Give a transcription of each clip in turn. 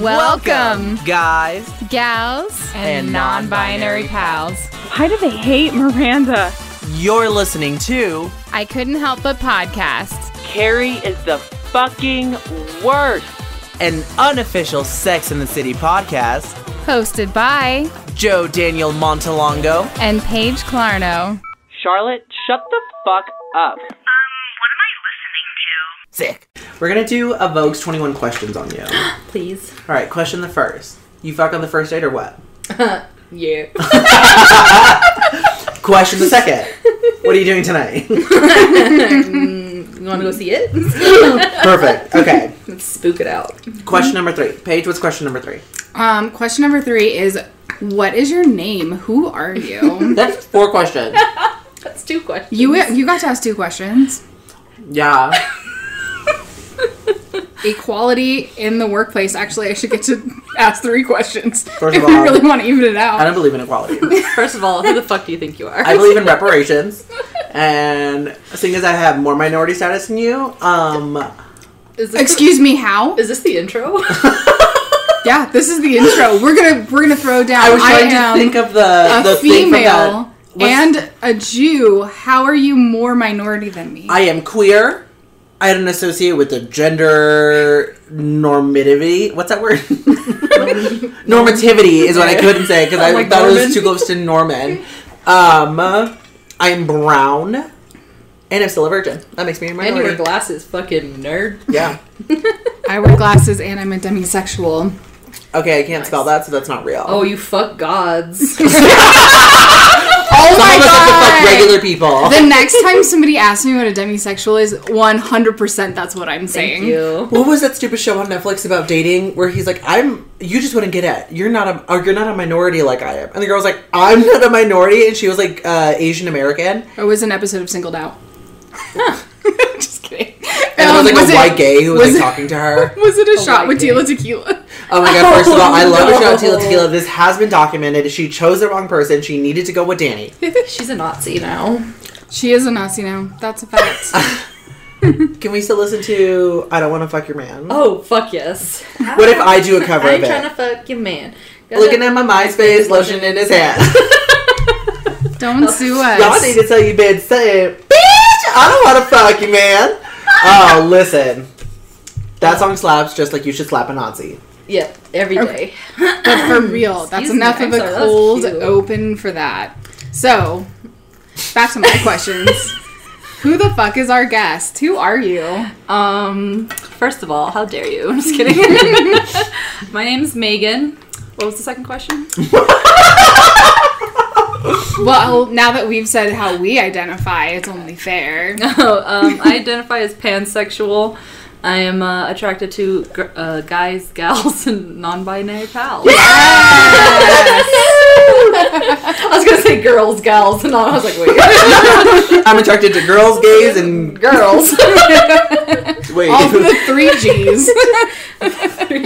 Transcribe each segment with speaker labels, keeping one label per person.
Speaker 1: Welcome,
Speaker 2: guys.
Speaker 1: gals,
Speaker 2: And non-binary
Speaker 1: pals.
Speaker 3: Why do they hate Miranda?
Speaker 2: You're listening to
Speaker 1: I couldn't help but podcast.
Speaker 3: Carrie is the fucking worst.
Speaker 2: an unofficial Sex in the City podcast.
Speaker 1: Hosted by
Speaker 2: Joe Daniel Montalongo.
Speaker 1: and Paige Clarno.
Speaker 3: Charlotte, shut the fuck up.
Speaker 4: Um,
Speaker 2: Sick. We're gonna do a Vogue's 21 questions on you. All
Speaker 4: Please.
Speaker 2: right, question the first. You fuck on the first date or what?
Speaker 4: Yeah.
Speaker 2: Question the second. what are you doing tonight?
Speaker 4: You want to go see it?
Speaker 2: Perfect. Okay.
Speaker 4: Let's spook it out.
Speaker 2: Question number three. Paige, what's question number three?
Speaker 1: Um, question number three is what is your name? Who are you?
Speaker 2: That's four questions.
Speaker 4: That's two questions.
Speaker 1: you you got to ask two questions.
Speaker 2: Yeah.
Speaker 1: Equality in the workplace. Actually, I should get to ask three questions.
Speaker 2: First
Speaker 1: if
Speaker 2: of
Speaker 1: we
Speaker 2: all,
Speaker 1: really want to even it
Speaker 2: I
Speaker 1: out.
Speaker 2: don't believe in equality.
Speaker 4: First of all, who the fuck do you think you are?
Speaker 2: I believe in reparations. And seeing as I have more minority status than you, um,
Speaker 4: Is this
Speaker 1: Excuse me, how?
Speaker 4: The, is this the intro?
Speaker 1: Yeah, this is the intro. We're gonna we're gonna throw down.
Speaker 2: I was trying
Speaker 1: am
Speaker 2: to think of the,
Speaker 1: a
Speaker 2: the thing from that.
Speaker 1: female
Speaker 2: What's-
Speaker 1: and a Jew, how are you more minority than me?
Speaker 2: I am queer. I don't associate with the gender normativity. What's that word? Normativity is what I couldn't say because I
Speaker 4: Like
Speaker 2: thought it
Speaker 4: Norman?
Speaker 2: was too close to Norman. Um, I am brown, and I'm still a virgin. That makes me a
Speaker 4: and you wear
Speaker 2: minority.
Speaker 4: glasses, fucking nerd.
Speaker 2: Yeah.
Speaker 1: I wear glasses and I'm a demisexual.
Speaker 2: Okay, I can't spell that, so that's not real.
Speaker 4: Oh, you fuck gods.
Speaker 1: Oh
Speaker 2: Some
Speaker 1: my
Speaker 2: of us have to
Speaker 1: god!
Speaker 2: fuck regular people.
Speaker 1: the next time somebody asks me what a demisexual is, 100% that's what I'm saying.
Speaker 4: Thank you.
Speaker 2: What was that stupid show on Netflix about dating where he's like, I'm you just wouldn't get it. You're not a or you're not a minority like I am. And the girl was like, I'm not a minority and she was like uh, Asian American.
Speaker 1: It was an episode of Singled Out. Just kidding.
Speaker 2: And
Speaker 1: Um,
Speaker 2: it was like a
Speaker 1: it-
Speaker 2: white gay who was,
Speaker 1: was
Speaker 2: like
Speaker 1: it-
Speaker 2: talking to her.
Speaker 1: Was it a, shot
Speaker 4: white
Speaker 1: with
Speaker 4: gay.
Speaker 1: Tila Tequila?
Speaker 2: Oh my god, first of all, I love a
Speaker 4: no.
Speaker 2: shot of Tila Tequila. This has been documented. She chose the wrong person. She needed to go with Danny.
Speaker 4: She's a Nazi now.
Speaker 1: She is a Nazi now. That's a fact.
Speaker 2: Can we still listen to I Don't Wanna Fuck Your Man?
Speaker 4: Oh, fuck yes.
Speaker 2: What if I do a cover
Speaker 4: I'm
Speaker 2: of
Speaker 4: trying to
Speaker 2: it?
Speaker 4: fuck your man.
Speaker 2: Looking at my MySpace, lotion in his hand.
Speaker 1: Don't sue
Speaker 2: Y'all
Speaker 1: us.
Speaker 2: need to tell you bitch saying, bitch, I don't want to fuck you, man. oh, listen. That song slaps just like you should slap a Nazi.
Speaker 4: Yeah, every day.
Speaker 1: But for real, that's
Speaker 4: Excuse me,
Speaker 1: enough
Speaker 4: I'm
Speaker 1: of a
Speaker 4: sorry, that was
Speaker 1: cold
Speaker 4: cute.
Speaker 1: open for that. So, back to my questions. Who the fuck is our guest? Who are you?
Speaker 4: Um, first of all, how dare you? I'm just kidding. My name's Megan. What was the second question?
Speaker 1: Well, now that we've said how we identify, it's only fair.
Speaker 4: Oh, um, I identify as pansexual. I am uh, attracted to gr- uh, guys, gals, and non-binary pals. I was gonna say girls, gals, and all. I was like, wait,
Speaker 2: I'm attracted to girls, gays, and
Speaker 4: girls.
Speaker 2: wait.
Speaker 1: All for the three G's.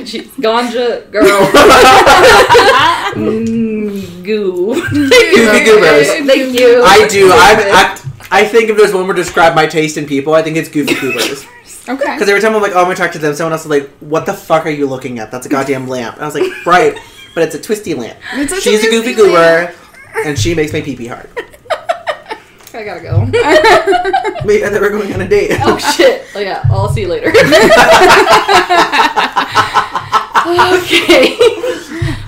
Speaker 4: Jeez. Ganja, girl, goo.
Speaker 2: Goofy goobers.
Speaker 4: Thank you.
Speaker 2: I do. I'm, I, I think if there's one word to describe my taste in people, I think it's goofy goobers.
Speaker 1: Okay.
Speaker 2: Because every time I'm like, oh, I'm attracted to them, someone else is like, what the fuck are you looking at? That's a goddamn lamp. And I was like, right, but it's a twisty lamp.
Speaker 1: It's such
Speaker 2: She's a
Speaker 1: goofy
Speaker 2: goofy goober, and she makes my pee pee hard.
Speaker 4: I gotta go.
Speaker 2: Wait, I thought we were going on a date.
Speaker 4: Oh shit. Oh yeah, I'll see you later. okay.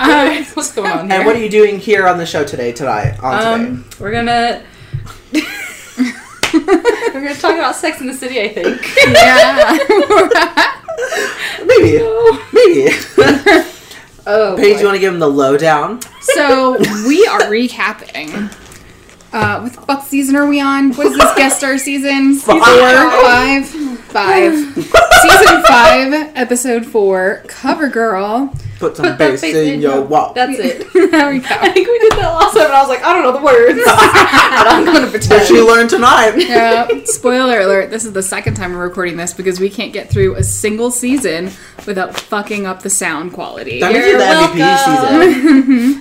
Speaker 1: Uh,
Speaker 4: What's going on
Speaker 2: And what are you doing here on the show today, tonight, on today?
Speaker 4: Um, we're gonna we're gonna talk about Sex in the City, I think.
Speaker 1: yeah.
Speaker 2: Maybe. Maybe.
Speaker 4: Oh,
Speaker 2: Paige, you
Speaker 4: boy.
Speaker 2: want to give him the lowdown?
Speaker 1: So we are recapping. Uh, what the fuck season are we on? What is this guest star season?
Speaker 2: Five.
Speaker 1: Four, five, five. season five, episode four, Cover Girl.
Speaker 2: Put some bass in your wall.
Speaker 4: That's it.
Speaker 1: There we
Speaker 4: I
Speaker 1: go.
Speaker 4: think we did that last time, and I was like, I don't know the words, but I'm gonna
Speaker 2: What she
Speaker 4: pretend.
Speaker 2: learned tonight.
Speaker 1: Yeah. Spoiler alert, this is the second time we're recording this because we can't get through a single season without fucking up the sound quality.
Speaker 2: That means you're
Speaker 4: You're
Speaker 2: the MVP
Speaker 4: welcome.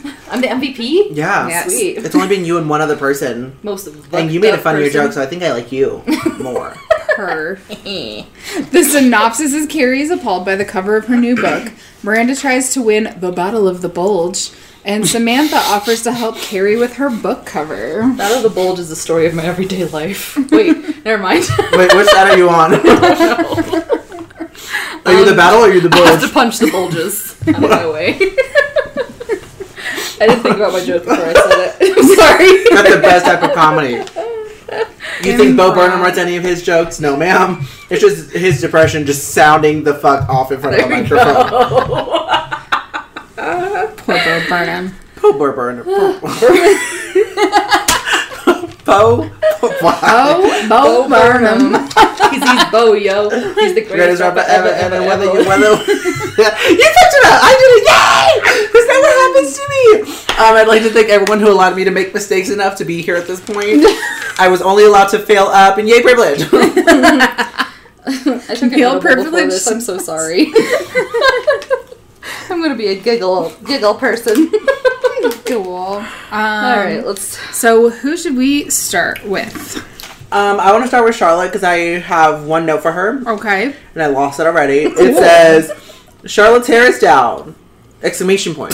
Speaker 2: season.
Speaker 4: I'm the MVP.
Speaker 2: Yeah.
Speaker 1: Yes.
Speaker 4: Sweet.
Speaker 2: It's only been you and one other person.
Speaker 4: Most of the
Speaker 2: And you made a
Speaker 4: the
Speaker 2: funnier
Speaker 4: person-
Speaker 2: joke, so I think I like you more.
Speaker 1: her.
Speaker 4: Eh.
Speaker 1: The synopsis is Carrie is appalled by the cover of her new book. Miranda tries to win the Battle of the Bulge, and Samantha offers to help Carrie with her book cover.
Speaker 4: Battle of the Bulge is the story of my everyday life. Wait, never mind.
Speaker 2: Wait, which side are you on? Are you the battle or are you the
Speaker 4: I have to
Speaker 2: bulge?
Speaker 4: punch the bulges out of my way. I didn't think about my joke before I said it. I'm sorry.
Speaker 2: That's the best type of comedy. You think Bo
Speaker 1: Improv.
Speaker 2: Burnham writes any of his jokes? No, ma'am. It's just his depression just sounding the fuck off in front of a microphone.
Speaker 1: Poor Bo Burnham.
Speaker 2: Bo Bur- Burnham. Bo. Wow.
Speaker 1: Oh, Bo, Burnham.
Speaker 4: He's, he's Bo, yo. He's the greatest,
Speaker 2: Greatest
Speaker 4: rapper ever, ever,
Speaker 2: Whether
Speaker 4: ever.
Speaker 2: you, whether you picked it up, I did it. Yay! Because that what happens to me. Um, I'd like to thank everyone who allowed me to make mistakes enough to be here at this point. I was only allowed to fail up, and yay, privilege.
Speaker 4: I took
Speaker 1: Feel
Speaker 4: a privilege.
Speaker 1: privileged.
Speaker 4: This. I'm so sorry. I'm gonna be a giggle giggle person.
Speaker 1: Cool. Um,
Speaker 4: All right, let's.
Speaker 1: So, who should we start with?
Speaker 2: Um, I want to start with Charlotte because I have one note for her,
Speaker 1: Okay.
Speaker 2: and I lost it already. It says, "Charlotte's hair is down!" Exclamation point.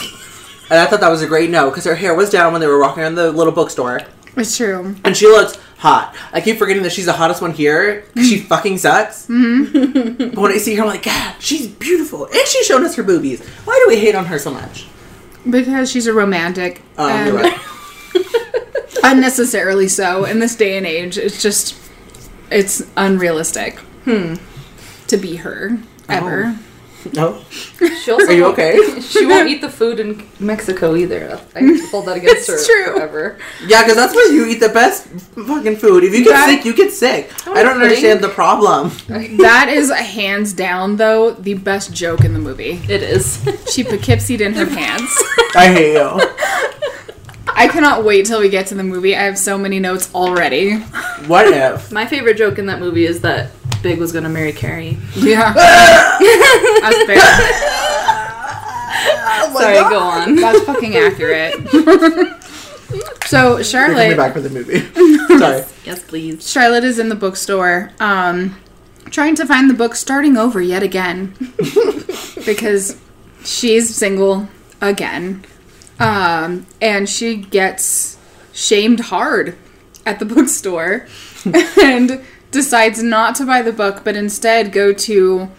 Speaker 2: And I thought that was a great note because her hair was down when they were walking around the little bookstore,
Speaker 1: It's true.
Speaker 2: and she looks hot. I keep forgetting that she's the hottest one here. 'cause She fucking sucks. but when I see her, I'm like, God, she's beautiful, and she's shown us her boobies. Why do we hate on her so much?
Speaker 1: Because she's a romantic.
Speaker 2: Um,
Speaker 1: and
Speaker 2: you're right.
Speaker 1: unnecessarily so in this day and age. It's just, it's unrealistic. Hmm. To be her ever.
Speaker 2: No,
Speaker 4: She also
Speaker 2: are you
Speaker 4: won't-
Speaker 2: okay?
Speaker 4: She won't eat the food in Mexico either. I have to hold that against
Speaker 1: It's
Speaker 4: her
Speaker 1: true.
Speaker 4: forever.
Speaker 2: Yeah, because that's where you eat the best fucking food. If you get
Speaker 1: Yeah.
Speaker 2: sick, you get sick. I don't
Speaker 4: pudding.
Speaker 2: understand the problem.
Speaker 1: That is hands down though the best joke in the movie.
Speaker 4: It is.
Speaker 1: She Poughkeepsie'd in her pants.
Speaker 2: I hate you.
Speaker 1: I cannot wait till we get to the movie. I have so many notes already.
Speaker 2: What if?
Speaker 4: My favorite joke in that movie is that Big was gonna marry Carrie.
Speaker 1: Yeah. That's fair.
Speaker 4: Sorry, go on.
Speaker 1: That's fucking accurate. so
Speaker 2: They're coming
Speaker 1: Charlotte
Speaker 2: back for the movie. Sorry.
Speaker 4: Yes, please.
Speaker 1: Charlotte is in the bookstore, um, trying to find the book starting over yet again. because she's single again. Um, and she gets shamed hard at the bookstore and decides not to buy the book, but instead go to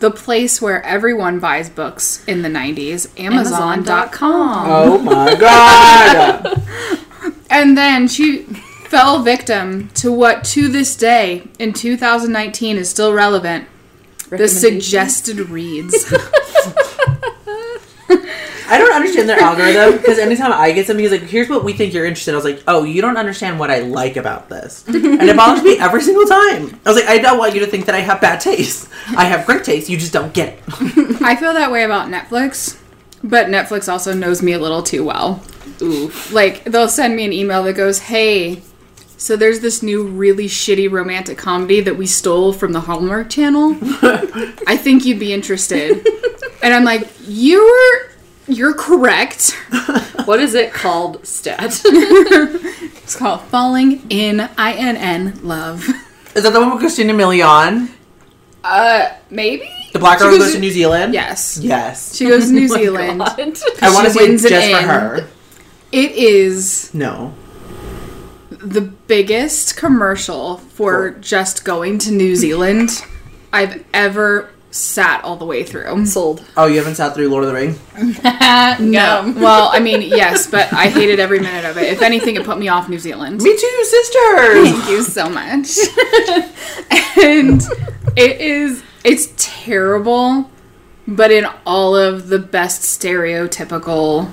Speaker 1: the place where everyone buys books in the 90s, Amazon.com.
Speaker 2: Oh my god.
Speaker 1: And then she fell victim to what to this day in 2019 is still relevant the suggested reads.
Speaker 2: I don't understand their algorithm because anytime I get something, he's like, here's what we think you're interested in. I was like, oh, you don't understand what I like about this. And it bothers me every single time. I was like, I don't want you to think that I have bad taste. I have great taste. You just don't get it.
Speaker 1: I feel that way about Netflix, but Netflix also knows me a little too well.
Speaker 4: Oof.
Speaker 1: Like, they'll send me an email that goes, hey, so there's this new really shitty romantic comedy that we stole from the Hallmark channel. I think you'd be interested. And I'm like, you're you're correct.
Speaker 4: What is it called? Stat.
Speaker 1: It's called Falling in I N N Love.
Speaker 2: Is that the one with Christina Milian?
Speaker 1: Uh, maybe.
Speaker 2: The black girl
Speaker 1: She
Speaker 2: who
Speaker 1: goes
Speaker 2: goes to
Speaker 1: to-
Speaker 2: New Oh Zealand?
Speaker 1: Yes,
Speaker 2: Yes.
Speaker 1: she goes to New Zealand.
Speaker 4: God.
Speaker 2: I want to
Speaker 1: she
Speaker 2: see it
Speaker 1: wins
Speaker 2: just
Speaker 1: it
Speaker 2: for
Speaker 1: in.
Speaker 2: her.
Speaker 1: It is
Speaker 2: No.
Speaker 1: the biggest commercial for just going to New Zealand I've ever sat all the way through.
Speaker 4: Sold.
Speaker 2: Oh, you haven't sat through Lord of the Rings?
Speaker 1: No, well, I mean, yes, but I hated every minute of it. If anything, it put me off New Zealand.
Speaker 2: Me too, sisters.
Speaker 1: Thank you so much. and it is it's terrible, but in all of the best stereotypical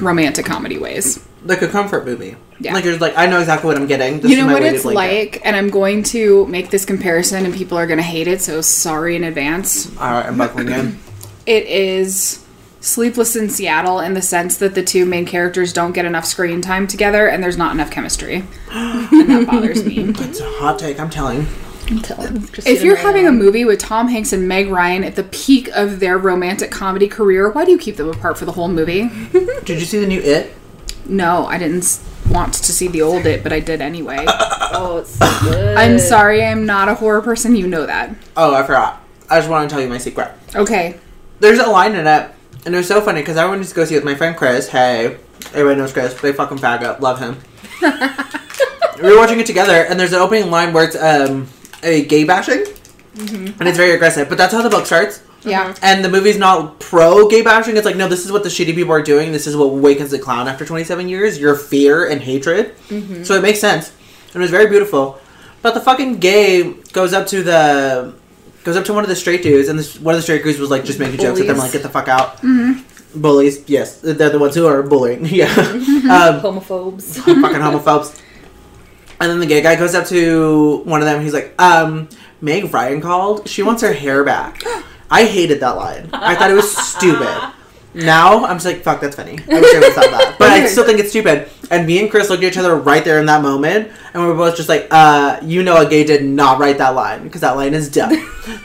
Speaker 1: romantic comedy ways.
Speaker 2: like a comfort movie.
Speaker 1: Yeah.
Speaker 2: Like you're just like, I know exactly what I'm getting. This
Speaker 1: You
Speaker 2: is
Speaker 1: know
Speaker 2: my
Speaker 1: what
Speaker 2: weighted
Speaker 1: it's
Speaker 2: blanket.
Speaker 1: like, and I'm going to make this comparison and people are going to hate it, so sorry in advance.
Speaker 2: All right, I'm buckling in.
Speaker 1: It is Sleepless in Seattle in the sense that the two main characters don't get enough screen time together and there's not enough chemistry. and that bothers me.
Speaker 2: It's a hot take. I'm telling.
Speaker 1: If you're having a movie with Tom Hanks and Meg Ryan at the peak of their romantic comedy career, why do you keep them apart for the whole movie?
Speaker 2: Did you see the new It?
Speaker 1: No, I didn't s- want to see the old it, but I did anyway.
Speaker 4: Oh, it's so good.
Speaker 1: I'm sorry, I'm not a horror person. You know that.
Speaker 2: Oh, I forgot. I just want to tell you my secret.
Speaker 1: Okay.
Speaker 2: There's a line in it, and it was so funny because I wanted to go see it with my friend Chris. Hey, everybody knows Chris. They fucking faggot. Love him. we were watching it together, and there's an opening line where it's um a gay bashing,
Speaker 1: Mm-hmm.
Speaker 2: and it's very aggressive. But that's how the book starts.
Speaker 1: Yeah.
Speaker 2: And the movie's not pro gay bashing. It's like, no, this is what the shitty people are doing. This is what wakens the clown after 27 years your fear and hatred. So it makes sense. And it was very beautiful. But the fucking gay goes up to the. Goes up to one of the straight dudes, and this, one of the straight dudes was like just making jokes at them, like,
Speaker 4: Bullies.
Speaker 2: get the fuck out. Bullies, yes. They're the ones who are bullying. Yeah. um,
Speaker 4: Homophobes.
Speaker 2: fucking homophobes. And then the gay guy goes up to one of them. He's like, um, Meg Ryan called. She wants her hair back. I hated that line. I thought it was stupid. Now I'm just like, fuck, that's funny. I wish I would thought that, but I still think it's stupid. And me and Chris looked at each other right there in that moment, and we were both just like, uh, you know, a gay did not write that line because that line is dumb.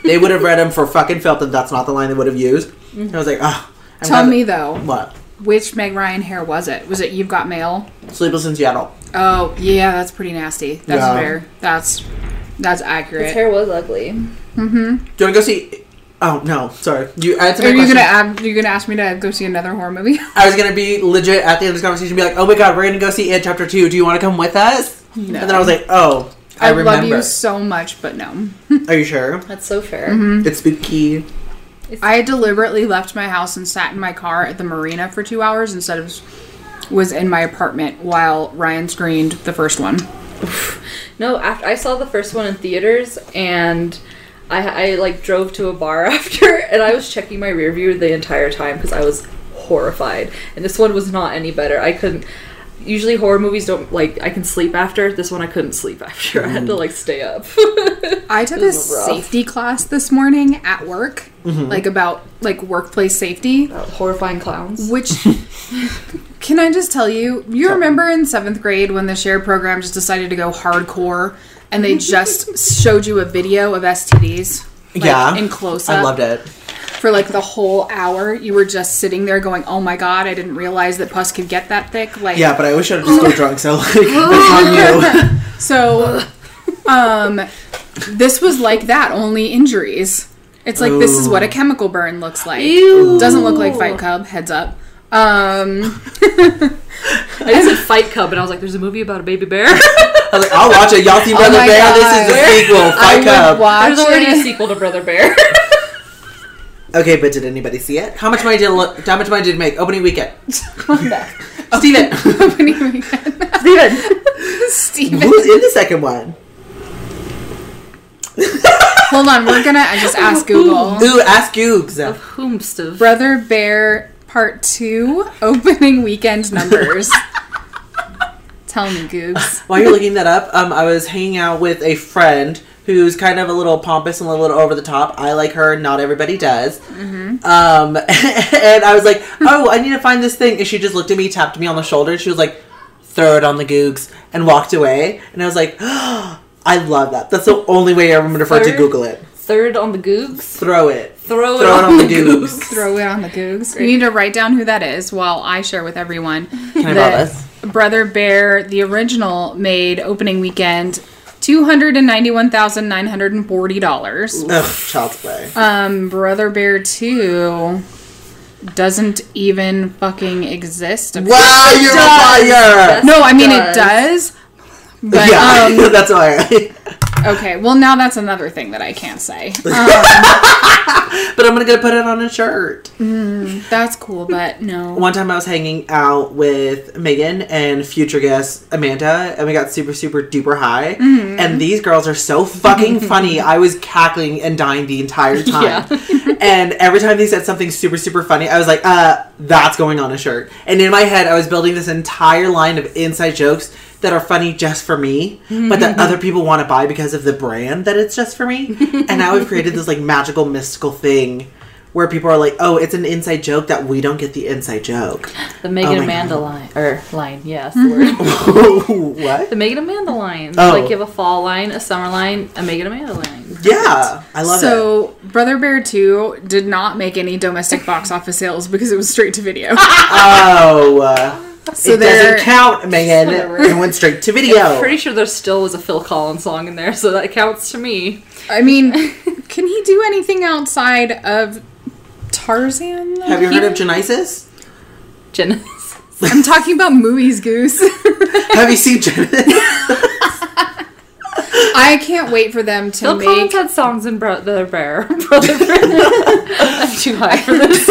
Speaker 2: they would have read him for fucking filth, and that's not the line they would have used. And I was like, oh. I'm
Speaker 1: Tell
Speaker 2: glad
Speaker 1: me
Speaker 2: that-
Speaker 1: though,
Speaker 2: what
Speaker 1: which Meg Ryan hair was it? Was it You've Got Mail?
Speaker 2: sleepless in Seattle.
Speaker 1: Oh, yeah, that's pretty nasty. That's
Speaker 2: Yeah.
Speaker 1: fair. That's that's accurate.
Speaker 4: His hair was ugly.
Speaker 2: Do you want to go see? Oh no, sorry. You answered my
Speaker 1: Are you
Speaker 2: question.
Speaker 1: gonna add, you gonna ask me to go see another horror movie?
Speaker 2: I was gonna be legit at the end of this conversation, be like, "Oh my god, we're gonna go see It Chapter Two. Do you want to come with us?"
Speaker 1: No.
Speaker 2: And then I was like, "Oh, I,
Speaker 1: I, love
Speaker 2: remember.
Speaker 1: you so much, but no.
Speaker 2: Are you sure?
Speaker 4: That's so fair.
Speaker 1: Mm-hmm.
Speaker 2: It's spooky.
Speaker 1: I deliberately left my house and sat in my car at the marina for two hours instead of was in my apartment while Ryan screened the first one.
Speaker 4: No, after I saw the first one in theaters, and I, I like drove to a bar after, and I was checking my rear view the entire time because I was horrified. And this one was not any better. I couldn't. Usually horror movies don't like I can sleep after. This one I couldn't sleep after. I had to like stay up.
Speaker 1: I took a
Speaker 4: This is rough.
Speaker 1: safety class this morning at work, like about like workplace safety.
Speaker 4: Horrifying clowns.
Speaker 1: Which can I just tell you? You remember in seventh grade when the share program just decided to go hardcore and they just showed you a video of STDs. like,
Speaker 2: yeah,
Speaker 1: in close
Speaker 2: I
Speaker 1: up
Speaker 2: loved it.
Speaker 1: for like the whole hour. You were just sitting there going, "Oh my god, I didn't realize that pus could get that thick." Like,
Speaker 2: Yeah, but I wish I'd just go drunk. So like, it's on you.
Speaker 1: So, um, this was like that, only injuries. It's like this is what a chemical burn looks like.
Speaker 4: Ew.
Speaker 1: Doesn't look like Fight Club. Heads up. Um,
Speaker 4: I just said Fight Cub, and I was like, "There's a movie about a baby bear."
Speaker 2: I was like, "I'll watch it. Y'all see Brother
Speaker 1: Oh my
Speaker 2: Bear? This
Speaker 1: God.
Speaker 2: is the sequel. Fight
Speaker 1: I would
Speaker 2: Club."
Speaker 1: watch
Speaker 4: There's already a
Speaker 1: it.
Speaker 4: sequel to Brother Bear.
Speaker 2: Okay, but did anybody see it? How much money did lo- how much money did it make opening weekend? Steven,
Speaker 1: opening weekend.
Speaker 2: Steven,
Speaker 1: Steven.
Speaker 2: who's in the second one?
Speaker 1: Hold on, we're gonna I just ask Google.
Speaker 2: Ooh, ask Googs.
Speaker 4: of whom, Steve?
Speaker 1: Brother Bear Part Two opening weekend numbers. Tell me, Googs.
Speaker 2: While you're looking that up, um, I was hanging out with a friend who's kind of a little pompous and a little over the top. I like her, not everybody does. Um, and I was like, "Oh, I need to find this thing." And she just looked at me, tapped me on the shoulder, and she was like, "Throw it on the googs," and walked away. And I was like, "I love that. That's the only way I remember for to
Speaker 4: Throw-
Speaker 2: Google it.
Speaker 4: Third on the Googs.
Speaker 2: Throw it.
Speaker 4: Throw,
Speaker 2: Throw it on the googs.
Speaker 1: Throw it on the Googs. You need to write down who that is while I share with everyone. Can
Speaker 2: I borrow this?
Speaker 1: Brother Bear, the original, made opening weekend two hundred and ninety-one thousand nine hundred and forty dollars.
Speaker 2: Ugh, child's play.
Speaker 1: Um, Brother Bear Two doesn't even fucking exist.
Speaker 2: wow, you're a liar.
Speaker 1: No, I mean it
Speaker 4: does.
Speaker 1: does. But
Speaker 2: yeah,
Speaker 1: um,
Speaker 2: that's why.
Speaker 1: okay, well now that's another thing that I can't say. Um,
Speaker 2: but I'm gonna go put it on a shirt.
Speaker 1: That's cool, but no.
Speaker 2: One time I was hanging out with Megan and future guest Amanda, and we got super, super duper high. And these girls are so fucking funny. I was cackling and dying the entire time. and every time they said something super, super funny, I was like, uh, that's going on a shirt. And in my head, I was building this entire line of inside jokes that are funny just for me, but that other people want to buy because of the brand that it's just for me. and now we've created this like magical, mystical thing. Where people are like, oh, it's an inside joke that we don't get the inside joke.
Speaker 4: The Megan
Speaker 2: my
Speaker 4: Amanda line or line, yes. the
Speaker 1: Mm-hmm.
Speaker 4: word.
Speaker 2: what?
Speaker 4: the Megan Amanda line.
Speaker 2: Oh.
Speaker 4: Like you have a fall line, a summer line, a Megan Amanda line.
Speaker 2: Yeah, I love it.
Speaker 1: So, Brother Bear 2 did not make any domestic box office sales because it was straight to video.
Speaker 2: Oh, uh,
Speaker 1: So
Speaker 2: it
Speaker 1: they're
Speaker 2: doesn't count, Megan.
Speaker 4: Whatever.
Speaker 2: It went straight to
Speaker 4: I'm
Speaker 2: video.
Speaker 4: pretty sure there still was a Phil Collins song in there, so that counts to me.
Speaker 1: I mean, can he do anything outside of Tarzan? though?
Speaker 2: Have you heard of Genesis?
Speaker 4: Genesis.
Speaker 1: I'm talking about movies, Goose.
Speaker 2: Have you seen Genesis?
Speaker 1: I can't wait for them to
Speaker 4: Phil
Speaker 1: make.
Speaker 4: Collins had songs in Bro- the Bear. Brother Bear. I'm too high for this.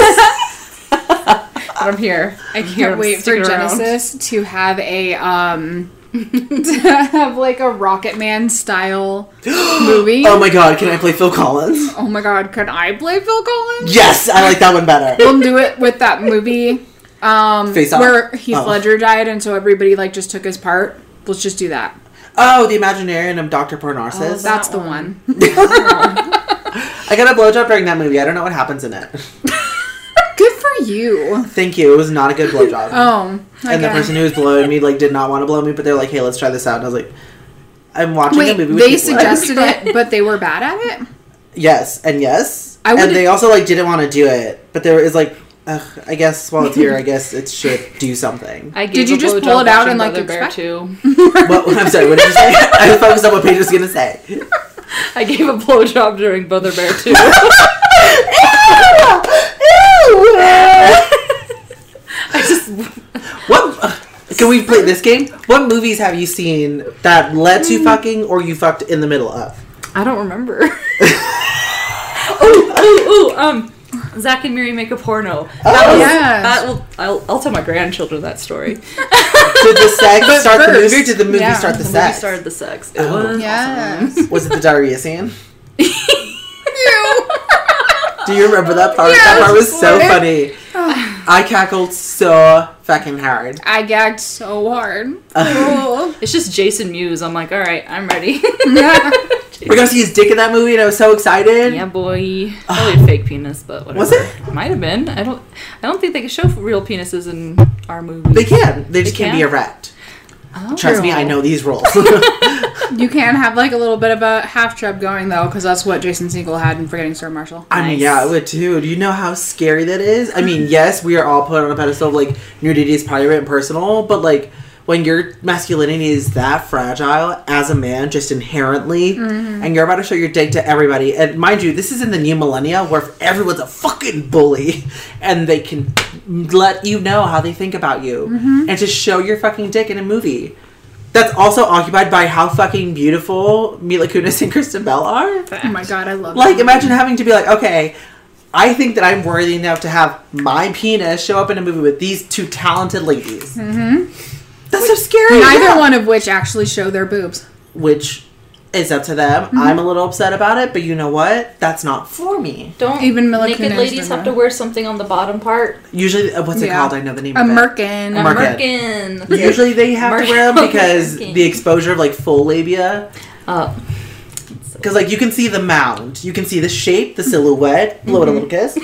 Speaker 4: but I'm here.
Speaker 1: I
Speaker 4: You're
Speaker 1: can't wait for
Speaker 4: sticking around.
Speaker 1: Genesis to have a um to have like a Rocket Man style movie.
Speaker 2: oh my god, can I play Phil Collins?
Speaker 1: oh my god, could I play Phil Collins?
Speaker 2: Yes, I like that one better.
Speaker 1: We'll do it with that movie um
Speaker 2: Face Off.
Speaker 1: where Heath
Speaker 2: Oh.
Speaker 1: Ledger died and so everybody like just took his part. Let's just do that.
Speaker 2: Oh, The Imaginarium of Dr. Parnassus.
Speaker 4: that-
Speaker 1: That's the one.
Speaker 2: I got a blowjob during that movie. I don't know what happens in it.
Speaker 1: Good for you.
Speaker 2: Thank you. It was not a good blowjob.
Speaker 1: Oh, I
Speaker 2: and the
Speaker 1: guess.
Speaker 2: person who was blowing me like did not want to blow me, but they're like, "Hey, let's try this out." And I was like, "I'm watching
Speaker 1: Wait,
Speaker 2: a movie." With
Speaker 1: they
Speaker 2: people."
Speaker 1: suggested it, but they were bad at it.
Speaker 2: yes and yes,
Speaker 1: I
Speaker 2: and
Speaker 1: would've-
Speaker 2: they also like didn't want to do it, but there is like, Ugh, I guess while it's here, I guess it should do something.
Speaker 4: I gave
Speaker 1: Did you
Speaker 4: a
Speaker 1: just
Speaker 4: blowjob
Speaker 1: pull it out
Speaker 4: watching
Speaker 1: and, like,
Speaker 4: Brother Bear
Speaker 1: expect-
Speaker 4: too?
Speaker 2: What I'm sorry, what did you say? I was focused on what Paige was gonna say.
Speaker 4: I gave a blowjob during Brother Bear too.
Speaker 2: What? Can we play this game? What movies have you seen that led to fucking or you fucked in the middle of?
Speaker 4: I don't remember. ooh, ooh, ooh, um, Zach and Miri make a porno. That
Speaker 2: Oh.
Speaker 4: was,
Speaker 1: Yes.
Speaker 4: that will, I'll, I'll tell my grandchildren that story.
Speaker 2: Did the sex start the movie? Or did the movie
Speaker 1: yeah,
Speaker 2: start the,
Speaker 4: The movie
Speaker 2: sex?
Speaker 4: started the sex. It
Speaker 2: Oh.
Speaker 4: was
Speaker 1: Yes.
Speaker 2: Was it the diarrhea scene?
Speaker 1: Ew.
Speaker 2: Do you remember that part? that
Speaker 1: Yes.
Speaker 2: part was so
Speaker 1: What?
Speaker 2: funny. I cackled so fucking hard.
Speaker 1: I gagged so hard.
Speaker 2: Uh.
Speaker 4: It's just Jason Mewes. I'm like, all right, I'm ready.
Speaker 2: We're gonna see his dick in that movie, and I was so excited.
Speaker 4: yeah, boy. Probably a fake penis, but whatever.
Speaker 2: Ah. Was it?
Speaker 4: Might have been. I don't. I don't think they could show real penises in our
Speaker 2: They
Speaker 4: movie.
Speaker 2: can. They just can't be
Speaker 4: can?
Speaker 2: erect.
Speaker 4: Oh.
Speaker 2: Trust me, I know these rules.
Speaker 1: You can have like a little bit of a half chub going though, because that's what Jason Siegel had in Forgetting Sarah Marshall.
Speaker 2: I mean,
Speaker 4: Nice.
Speaker 2: yeah, but dude, you know how scary that is? I mean, yes, we are all put on a pedestal of like nudity is private and personal, but like when your masculinity is that fragile as a man, just inherently, and you're about to show your dick to everybody, and mind you, this is in the new millennia where everyone's a fucking bully and they can let you know how they think about you and to show your fucking dick in a movie. That's also occupied by how fucking beautiful Mila Kunis and Kristen Bell are.
Speaker 1: Oh my god, I love
Speaker 2: Like,
Speaker 1: that.
Speaker 2: imagine having to be like, okay, I think that I'm worthy enough to have my penis show up in a movie with these two talented ladies. Mm-hmm. That's so scary.
Speaker 1: Neither
Speaker 2: Oh, yeah.
Speaker 1: one of which actually show their boobs.
Speaker 2: Which is up to them.
Speaker 1: Mm-hmm.
Speaker 2: I'm a little upset about it, but you know what? That's not for me.
Speaker 4: Don't
Speaker 1: Even Mila
Speaker 4: naked
Speaker 1: Kunis
Speaker 4: ladies have
Speaker 1: remember.
Speaker 4: to wear something on the bottom part?
Speaker 2: Usually, uh, what's it
Speaker 1: Yeah.
Speaker 2: called? I know the name
Speaker 1: A
Speaker 2: of it.
Speaker 1: merkin.
Speaker 2: A merkin.
Speaker 4: Merkin.
Speaker 2: Usually they have to wear them
Speaker 4: Merkin.
Speaker 2: because the exposure of like full labia.
Speaker 4: Uh,
Speaker 2: Because like you can see the mound, you can see the shape, the silhouette. Blow it a
Speaker 4: Mm-hmm.
Speaker 2: little kiss.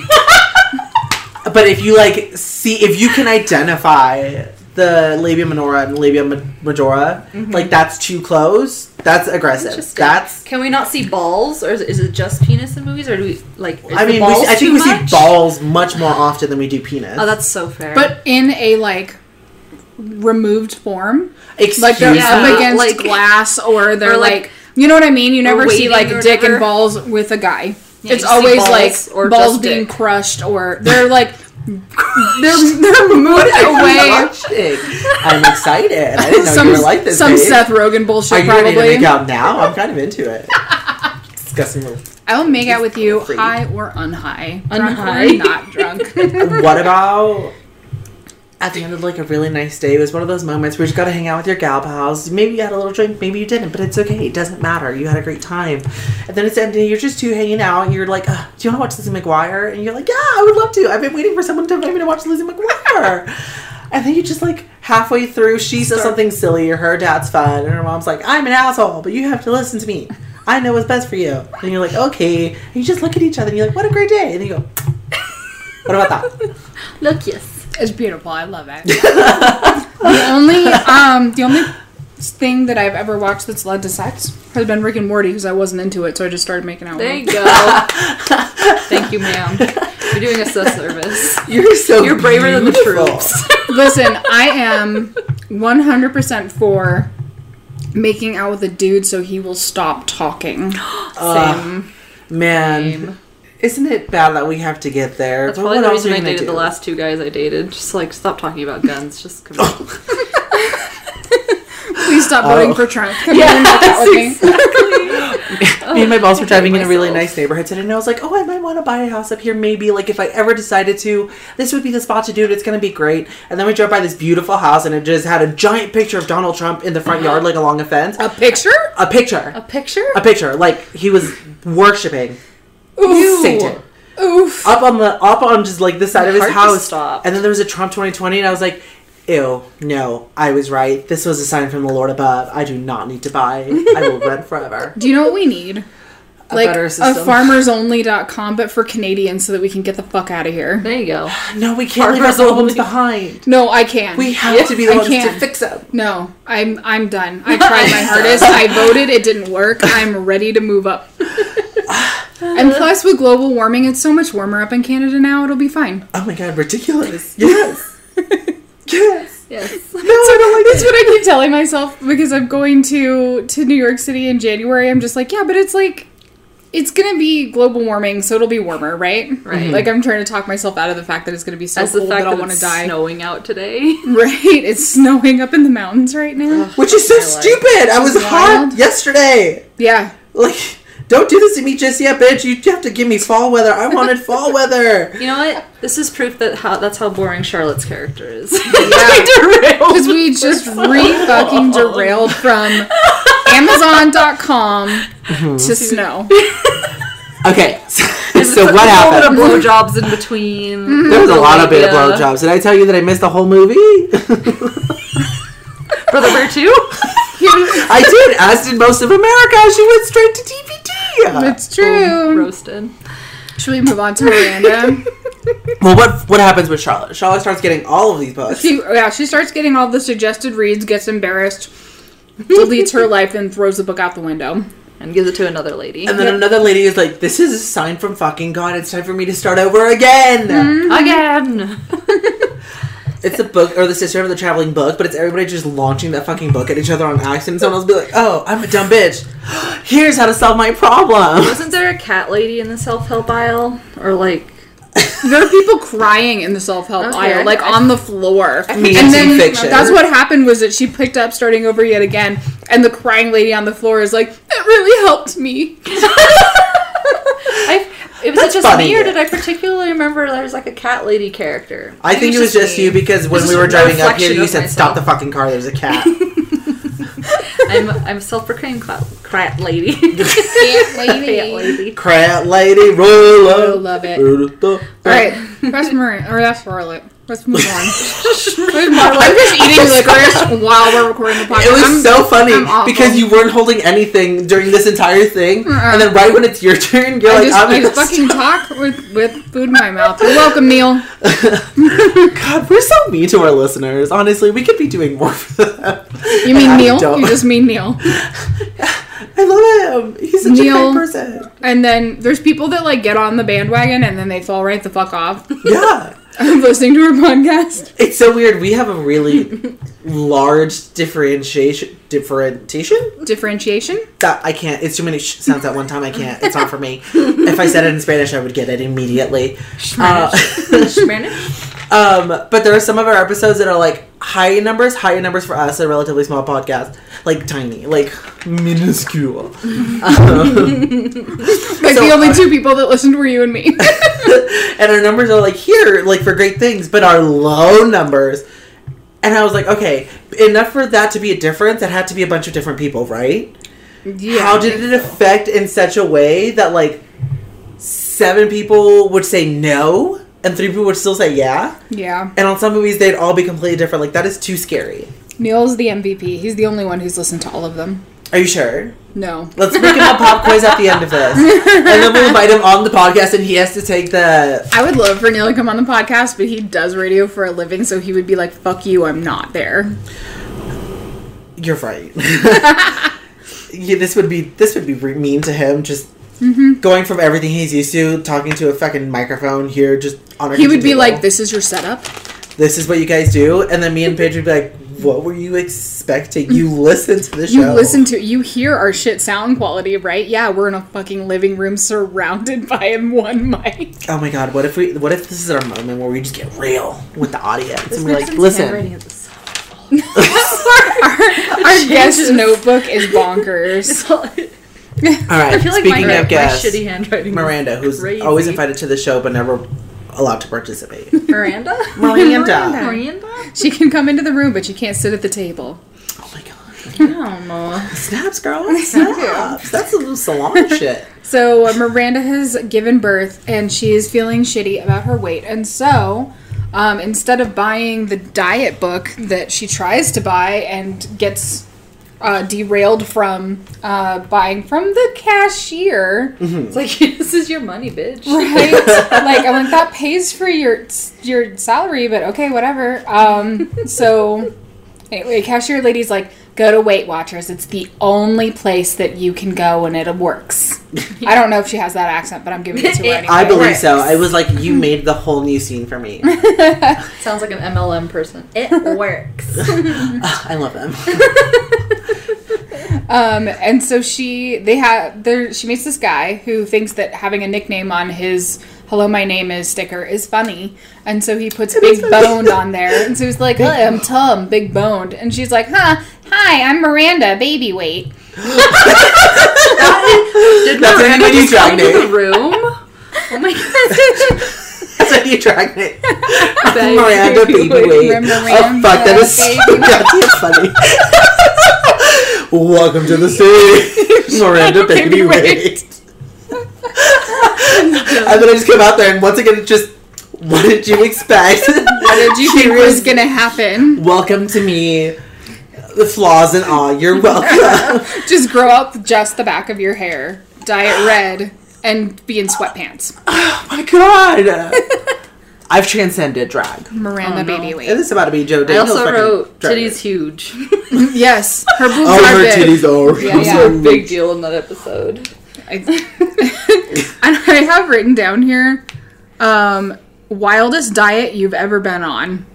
Speaker 2: but if you like see, if you can identify the labia minora and labia ma- majora, like that's too close. That's aggressive.
Speaker 4: Mm-hmm. Interesting.
Speaker 2: That's.
Speaker 4: Can we not see balls, or is, is it just penis in movies, or do we like? Is
Speaker 2: I
Speaker 4: the
Speaker 2: mean, we,
Speaker 4: balls
Speaker 2: see- I
Speaker 4: too
Speaker 2: think we
Speaker 4: much?
Speaker 2: see balls much more often than we do penis.
Speaker 4: Oh, that's so fair.
Speaker 1: But in a like removed form.
Speaker 2: Excuse
Speaker 1: Like they're
Speaker 4: Yeah,
Speaker 1: up
Speaker 2: me.
Speaker 1: against
Speaker 4: like-
Speaker 1: glass or they're
Speaker 4: or, like-
Speaker 1: like, you know what I mean? You never see
Speaker 4: waiting
Speaker 1: like
Speaker 4: or
Speaker 1: dick
Speaker 4: whatever.
Speaker 1: and balls with a guy.
Speaker 4: Yeah,
Speaker 1: it's
Speaker 4: you see
Speaker 1: always
Speaker 4: balls
Speaker 1: like
Speaker 4: or
Speaker 1: balls
Speaker 4: just
Speaker 1: being
Speaker 4: dick.
Speaker 1: crushed or they're like they're they're moved away.
Speaker 2: Watching. I'm excited. I didn't know you were like this.
Speaker 1: some
Speaker 2: babe.
Speaker 1: Seth Rogen
Speaker 2: Are
Speaker 1: bullshit
Speaker 2: you ready to
Speaker 1: probably.
Speaker 2: make out now? I'm kind of into it. Discussing little
Speaker 1: I will make out with you
Speaker 2: Freak.
Speaker 1: high or unhigh. Drunk
Speaker 4: Unhigh.
Speaker 1: or not drunk.
Speaker 2: what about at the end of like a really nice day? It was one of those moments where you just got to hang out with your gal pals. Maybe you had a little drink, maybe you didn't, but it's okay. It doesn't matter. You had a great time. And then it's the end of the day, you're just two hanging out. And you're like, "Ugh, do you want to watch Lizzie McGuire? And you're like, yeah, I would love to. I've been waiting for someone to invite me to watch Lizzie McGuire. And then you just like halfway through, she says something silly, or her dad's fun, and her mom's like, I'm an asshole, but you have to listen to me. I know what's best for you. And you're like, okay. And you just look at each other and you're like, what a great day. And then you go, what about that?
Speaker 4: look, yes.
Speaker 1: It's beautiful. I love it. the only um the only thing that I've ever watched that's led to sex has been Rick and Morty because I wasn't into it, so I just started making out. with
Speaker 4: There
Speaker 1: him.
Speaker 4: you go. Thank you, ma'am. You're doing us a service.
Speaker 2: You're so
Speaker 4: You're braver than the
Speaker 2: beautiful.
Speaker 4: troops.
Speaker 1: Listen, I am 100% for making out with a dude so he will stop talking.
Speaker 2: Ugh. man. Isn't it bad that we have to get there?
Speaker 4: That's
Speaker 2: But
Speaker 4: probably
Speaker 2: what
Speaker 4: the
Speaker 2: else are
Speaker 4: reason
Speaker 2: you
Speaker 4: I
Speaker 2: gonna
Speaker 4: dated
Speaker 2: do?
Speaker 4: the last two guys I dated. Just like stop talking about guns. Just come on.
Speaker 1: Please
Speaker 2: Oh.
Speaker 1: stop voting for Trump. Come here and make out with me.
Speaker 4: Yes, exactly.
Speaker 2: me and my boss were driving in a
Speaker 4: myself.
Speaker 2: really nice neighborhood today, and I was like, "Oh, I might want to buy a house up here. Maybe like if I ever decided to, this would be the spot to do it. It's gonna be great." And then we drove by this beautiful house, and it just had a giant picture of Donald Trump in the
Speaker 4: Uh-huh.
Speaker 2: front yard, like along a fence.
Speaker 1: A picture?
Speaker 2: A picture,
Speaker 1: A picture?
Speaker 2: a picture, like he was worshiping
Speaker 1: Oof.
Speaker 2: Satan
Speaker 1: Oof.
Speaker 2: up on the up on just like the side of his
Speaker 4: Heart just
Speaker 2: house.
Speaker 4: stopped.
Speaker 2: And then there was a Trump 2020, and I was like. Ew, no, I was right. This was a sign from the Lord above. I do not need to buy. I will rent forever.
Speaker 1: Do you know what we need? like
Speaker 2: better
Speaker 1: a
Speaker 2: system.
Speaker 1: farmersonly.com, but for Canadians so that we can get the fuck out of here.
Speaker 4: There you go.
Speaker 2: No, we can't leave our
Speaker 4: Farmers
Speaker 2: problems
Speaker 4: only.
Speaker 2: behind.
Speaker 1: No, I can't.
Speaker 2: We have to be the
Speaker 1: I
Speaker 2: ones to
Speaker 1: can.
Speaker 2: fix them.
Speaker 1: no, I'm I'm done. I tried my hardest. I voted. It didn't work. I'm ready to move up. and plus, with global warming, it's so much warmer up in Canada now. It'll be fine.
Speaker 2: Oh my god, ridiculous. Yes. yes.
Speaker 4: Yes.
Speaker 2: No, I don't like
Speaker 1: That's what I keep telling myself because I'm going to to New York City in January. I'm just like, yeah, but it's like it's gonna be global warming, so it'll be warmer, right?
Speaker 4: Right.
Speaker 1: Like I'm trying to talk myself out of the fact that it's gonna be so
Speaker 4: As the
Speaker 1: cold
Speaker 4: fact
Speaker 1: that I'll
Speaker 4: that
Speaker 1: want to
Speaker 4: it's
Speaker 1: die.
Speaker 4: snowing out today.
Speaker 1: Right, it's snowing up in the mountains right now.
Speaker 2: Which is so stupid. I was
Speaker 1: Wild.
Speaker 2: hot yesterday.
Speaker 1: Yeah,
Speaker 2: Like, don't do this to me just yet, bitch. You have to give me fall weather. I wanted fall weather.
Speaker 4: You know what? This is proof that how that's how boring Charlotte's character is.
Speaker 1: because we just re fucking derailed from Amazon.com to snow.
Speaker 2: Okay. So, so
Speaker 4: Took a little bit of blowjobs in between.
Speaker 2: There was a lot of beta
Speaker 4: Yeah.
Speaker 2: blowjobs. Did I tell you that I missed the whole movie?
Speaker 4: Brother Bear too.
Speaker 2: I did, as did most of America. She went straight to DVD.
Speaker 1: It's
Speaker 4: Oh,
Speaker 1: true.
Speaker 4: Roasted.
Speaker 1: Should we move on to Miranda?
Speaker 2: Well, what what happens with Charlotte? Charlotte starts getting all of these books.
Speaker 1: She yeah, she starts getting all the suggested reads, gets embarrassed, deletes her life, and throws the book out the window.
Speaker 4: And gives it to another lady.
Speaker 2: And then another lady is like, "This is a sign from fucking God. It's time for me to start over again."
Speaker 4: Mm-hmm. Again.
Speaker 2: It's the book or the sister of the traveling book, but it's everybody just launching that fucking book at each other on accident. Someone else be like, "Oh, I'm a dumb bitch. Here's how to solve my problem."
Speaker 4: Wasn't there a cat lady in the self help aisle? Or like
Speaker 1: There are people crying in the self help
Speaker 4: Okay.
Speaker 1: aisle, like on the floor.
Speaker 2: mean,
Speaker 1: and
Speaker 2: it's
Speaker 1: then
Speaker 2: in fiction.
Speaker 1: that's what happened was that she picked up starting over yet again, and the crying lady on the floor is like, "It really helped me."
Speaker 4: I it was
Speaker 2: That's
Speaker 4: it just
Speaker 2: funny.
Speaker 4: me or did I particularly remember there was like a cat lady character?
Speaker 2: I think it was just
Speaker 4: me.
Speaker 2: you because when
Speaker 4: This
Speaker 2: we
Speaker 4: is
Speaker 2: were
Speaker 4: a
Speaker 2: driving up here,
Speaker 4: reflection
Speaker 2: you
Speaker 4: of
Speaker 2: said, "Stop the fucking car. There's a cat."
Speaker 4: I'm I'm self proclaimed cat, cat lady. Cat lady.
Speaker 2: Crap, lady, roll up.
Speaker 1: I love it.
Speaker 2: All
Speaker 1: All right, that's Marin or that's Charlotte. Let's move on. I'm just eating licorice while we're recording the podcast.
Speaker 2: It was
Speaker 1: I'm-
Speaker 2: so funny
Speaker 1: I'm awful.
Speaker 2: because you weren't holding anything during this entire thing, and then right when it's your turn, you're
Speaker 1: I
Speaker 2: like,
Speaker 1: just,
Speaker 2: "I'm
Speaker 1: I
Speaker 2: gonna
Speaker 1: just fucking talk with, with food in my mouth. You're welcome, Neil.
Speaker 2: God, we're so mean to our listeners. Honestly, we could be doing more for them.
Speaker 1: You mean Neil? You just mean Neil.
Speaker 2: I love him. He's such a
Speaker 1: Neil.
Speaker 2: great person.
Speaker 1: And then there's people that like get on the bandwagon and then they fall right the fuck off
Speaker 2: Yeah.
Speaker 1: of listening to our podcast.
Speaker 2: It's so weird. We have a really large differentiation. Differentiation?
Speaker 1: Differentiation?
Speaker 2: That I can't. It's too many sh- sounds at one time. I can't. It's not for me. If I said it in Spanish, I would get it immediately. Uh,
Speaker 4: Spanish?
Speaker 2: Um, but there are some of our episodes that are like high in numbers, high in numbers for us, a relatively small podcast, like tiny, like minuscule. Um,
Speaker 1: Like
Speaker 2: So,
Speaker 1: the only
Speaker 2: uh,
Speaker 1: two people that listened were you and me.
Speaker 2: and our numbers are like here, like for great things, but our low numbers. And I was like, okay, enough for that to be a difference. It had to be a bunch of different people, right?
Speaker 1: yeah.
Speaker 2: How did it affect in such a way that like seven people would say no and three people would still say yeah?
Speaker 1: Yeah.
Speaker 2: And on some movies, they'd all be completely different. Like, that is too scary.
Speaker 1: Neil's the MVP. He's the only one who's listened to all of them.
Speaker 2: Are you sure?
Speaker 1: No.
Speaker 2: Let's make him a pop quiz at the end of this. And then we'll invite him on the podcast and he has to take the
Speaker 1: I would love for Neil to come on the podcast, but he does radio for a living, so he would be like, fuck you, I'm not there.
Speaker 2: You're right. yeah, this would be this would be re- mean to him just
Speaker 1: Mm-hmm.
Speaker 2: going from everything he's used to talking to a fucking microphone here just on a
Speaker 1: He would be
Speaker 2: computer.
Speaker 1: like, this is your setup?
Speaker 2: this is what you guys do, and then me and Paige would be like, what were you expecting? You listen to the show.
Speaker 1: You listen to you hear our shit sound quality, right? Yeah, we're in a fucking living room surrounded by one mic.
Speaker 2: Oh my god, what if we? What if this is our moment where we just get real with the audience and we're like,
Speaker 4: Handwriting
Speaker 2: listen,
Speaker 4: at the side.
Speaker 1: Our guest notebook is bonkers.
Speaker 2: all right.
Speaker 4: I feel like
Speaker 2: speaking
Speaker 4: my,
Speaker 2: of
Speaker 4: my
Speaker 2: guests,
Speaker 4: shitty handwriting. is
Speaker 2: Miranda, who's
Speaker 4: crazy.
Speaker 2: always invited to the show but never allowed to participate.
Speaker 4: Miranda?
Speaker 2: Miranda.
Speaker 4: Miranda?
Speaker 1: she can come into the room, but she can't sit at the table.
Speaker 2: Oh my god,
Speaker 4: I don't know.
Speaker 2: snaps, girl, snaps. That's a little salon shit.
Speaker 1: So uh, Miranda has given birth and she is feeling shitty about her weight. And so, um, instead of buying the diet book that she tries to buy and gets uh, derailed from uh, buying from the cashier,
Speaker 4: It's like, this is your money, bitch.
Speaker 1: right? like, I went, that pays for your your salary, but okay, whatever. Um, so, anyway, cashier lady's like, go to Weight Watchers. It's the only place that you can go and it works. I don't know if she has that accent, but I'm giving it to her anyway.
Speaker 2: I believe so. I was like, you made the whole new scene for me.
Speaker 4: Sounds like an MLM person. It works.
Speaker 2: I love them.
Speaker 1: Um, and so she, they have, there, she meets this guy who thinks that having a nickname on his "Hello, my name is" sticker is funny, and so he puts "Big Boned" on there, and so he's like, "Hi, I'm Tom, Big Boned," and she's like, "Huh, hi, I'm Miranda, baby weight."
Speaker 2: Did That's when you do drag
Speaker 4: Into the
Speaker 2: name.
Speaker 4: room? Oh my god.
Speaker 2: That's when you drag name.
Speaker 4: Baby
Speaker 2: Miranda Baby
Speaker 4: Wade.
Speaker 2: Wade. Oh
Speaker 1: Miranda
Speaker 2: fuck, that is so
Speaker 1: Baby
Speaker 2: goddamn funny. Welcome to the stage, Miranda Baby
Speaker 1: Baby Wade.
Speaker 2: Wade. and then I just came out there, and once again, it just what did you expect? what
Speaker 1: Did you think was gonna happen?
Speaker 2: Welcome to me. The flaws and all. You're welcome.
Speaker 1: Just grow up just the back of your hair, dye it red, and be in sweatpants.
Speaker 2: oh my god. I've transcended drag.
Speaker 1: Miranda,
Speaker 4: no.
Speaker 1: baby
Speaker 2: And
Speaker 1: weight.
Speaker 2: this is about to be Joe
Speaker 4: I
Speaker 2: Daniels.
Speaker 4: also
Speaker 2: fucking
Speaker 4: wrote
Speaker 2: drag
Speaker 4: titties
Speaker 2: race.
Speaker 4: huge.
Speaker 1: Yes, her boobs
Speaker 2: Oh,
Speaker 1: are
Speaker 2: her
Speaker 1: big.
Speaker 2: titties are
Speaker 1: Yeah, yeah.
Speaker 4: Also a big deal in that episode.
Speaker 1: I, and I have written down here, um, wildest diet you've ever been on.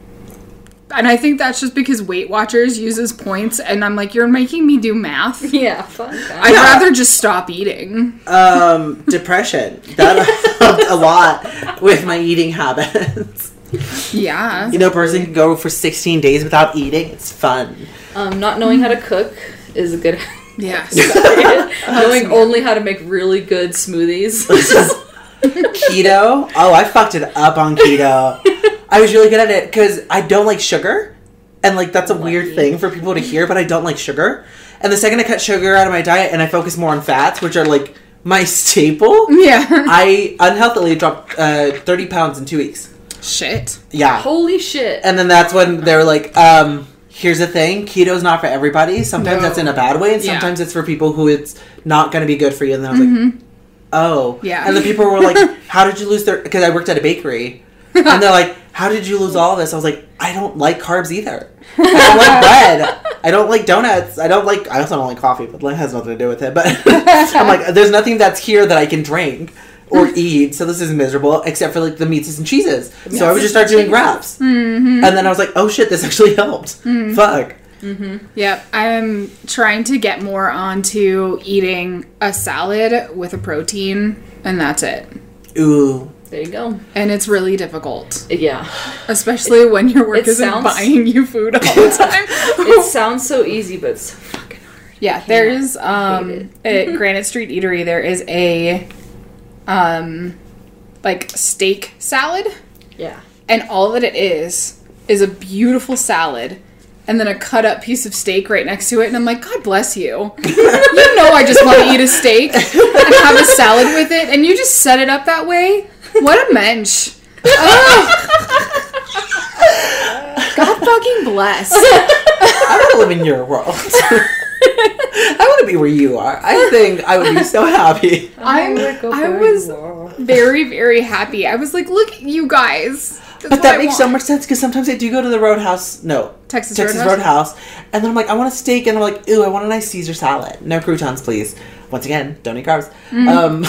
Speaker 1: And I think that's just because Weight Watchers uses points, and I'm like, you're making me do math.
Speaker 4: Yeah, fun fact.
Speaker 1: I'd rather just stop eating.
Speaker 2: um depression that helped a lot with my eating habits
Speaker 1: Yeah.
Speaker 2: you know a person can go for 16 days without eating it's fun
Speaker 4: Um, not knowing how to cook is a good.
Speaker 1: Yes.
Speaker 4: knowing only how to make really good smoothies.
Speaker 2: keto oh i fucked it up on keto i was really good at it because i don't like sugar and like that's a weird thing for people to hear but i don't like sugar and the second i cut sugar out of my diet and i focus more on fats which are like my staple
Speaker 1: yeah.
Speaker 2: i unhealthily dropped uh, 30 pounds in two weeks
Speaker 1: Shit.
Speaker 2: yeah
Speaker 4: Holy shit.
Speaker 2: And then that's when they're like, um, here's the thing, keto's not for everybody. Sometimes
Speaker 1: No.
Speaker 2: that's in a bad way, and
Speaker 1: Yeah. Mm-hmm.
Speaker 2: sometimes it's for people who it's not gonna be good for you. And then I was like, oh.
Speaker 1: Yeah.
Speaker 2: And the people were like, how did you lose their because I worked at a bakery. and they're like, How did you lose all this? I was like, I don't like carbs either. I don't like bread. I don't like donuts. I don't like I also don't like coffee, but that has nothing to do with it. But I'm like, there's nothing that's here that I can drink or eat, so this is miserable, except for like the meats and cheeses. So I would just start doing wraps. And then I was like, oh shit, this actually helped. Fuck.
Speaker 1: Yep. I'm trying to get more onto eating a salad with a protein, and that's it.
Speaker 2: Ooh.
Speaker 4: There you go.
Speaker 1: And it's really difficult,
Speaker 4: Yeah.
Speaker 1: especially when your work
Speaker 4: It
Speaker 1: isn't
Speaker 4: sounds-
Speaker 1: buying you food all the time.
Speaker 4: It sounds so easy, but it's so fucking hard.
Speaker 1: Yeah, there is um at Granite Street Eatery there is a um like steak salad
Speaker 4: Yeah.
Speaker 1: and all that it is is a beautiful salad and then a cut up piece of steak right next to it and I'm like god bless you. you know I just want to eat a steak and have a salad with it and you just set it up that way. What a mensch. Ugh. God fucking bless.
Speaker 2: I want to live in your world. I want to be where you are. I think I would be so happy.
Speaker 1: I'm I was very, very happy. I was like, look, at you guys. That's
Speaker 2: But
Speaker 1: what I
Speaker 2: that makes so
Speaker 1: want.
Speaker 2: much sense because sometimes I do go to the Roadhouse. No.
Speaker 1: Texas
Speaker 2: Roadhouse. And then I'm like, I want a steak. And I'm like, ooh, I want a nice Caesar salad. No croutons, please. Once again, don't eat carbs. Um,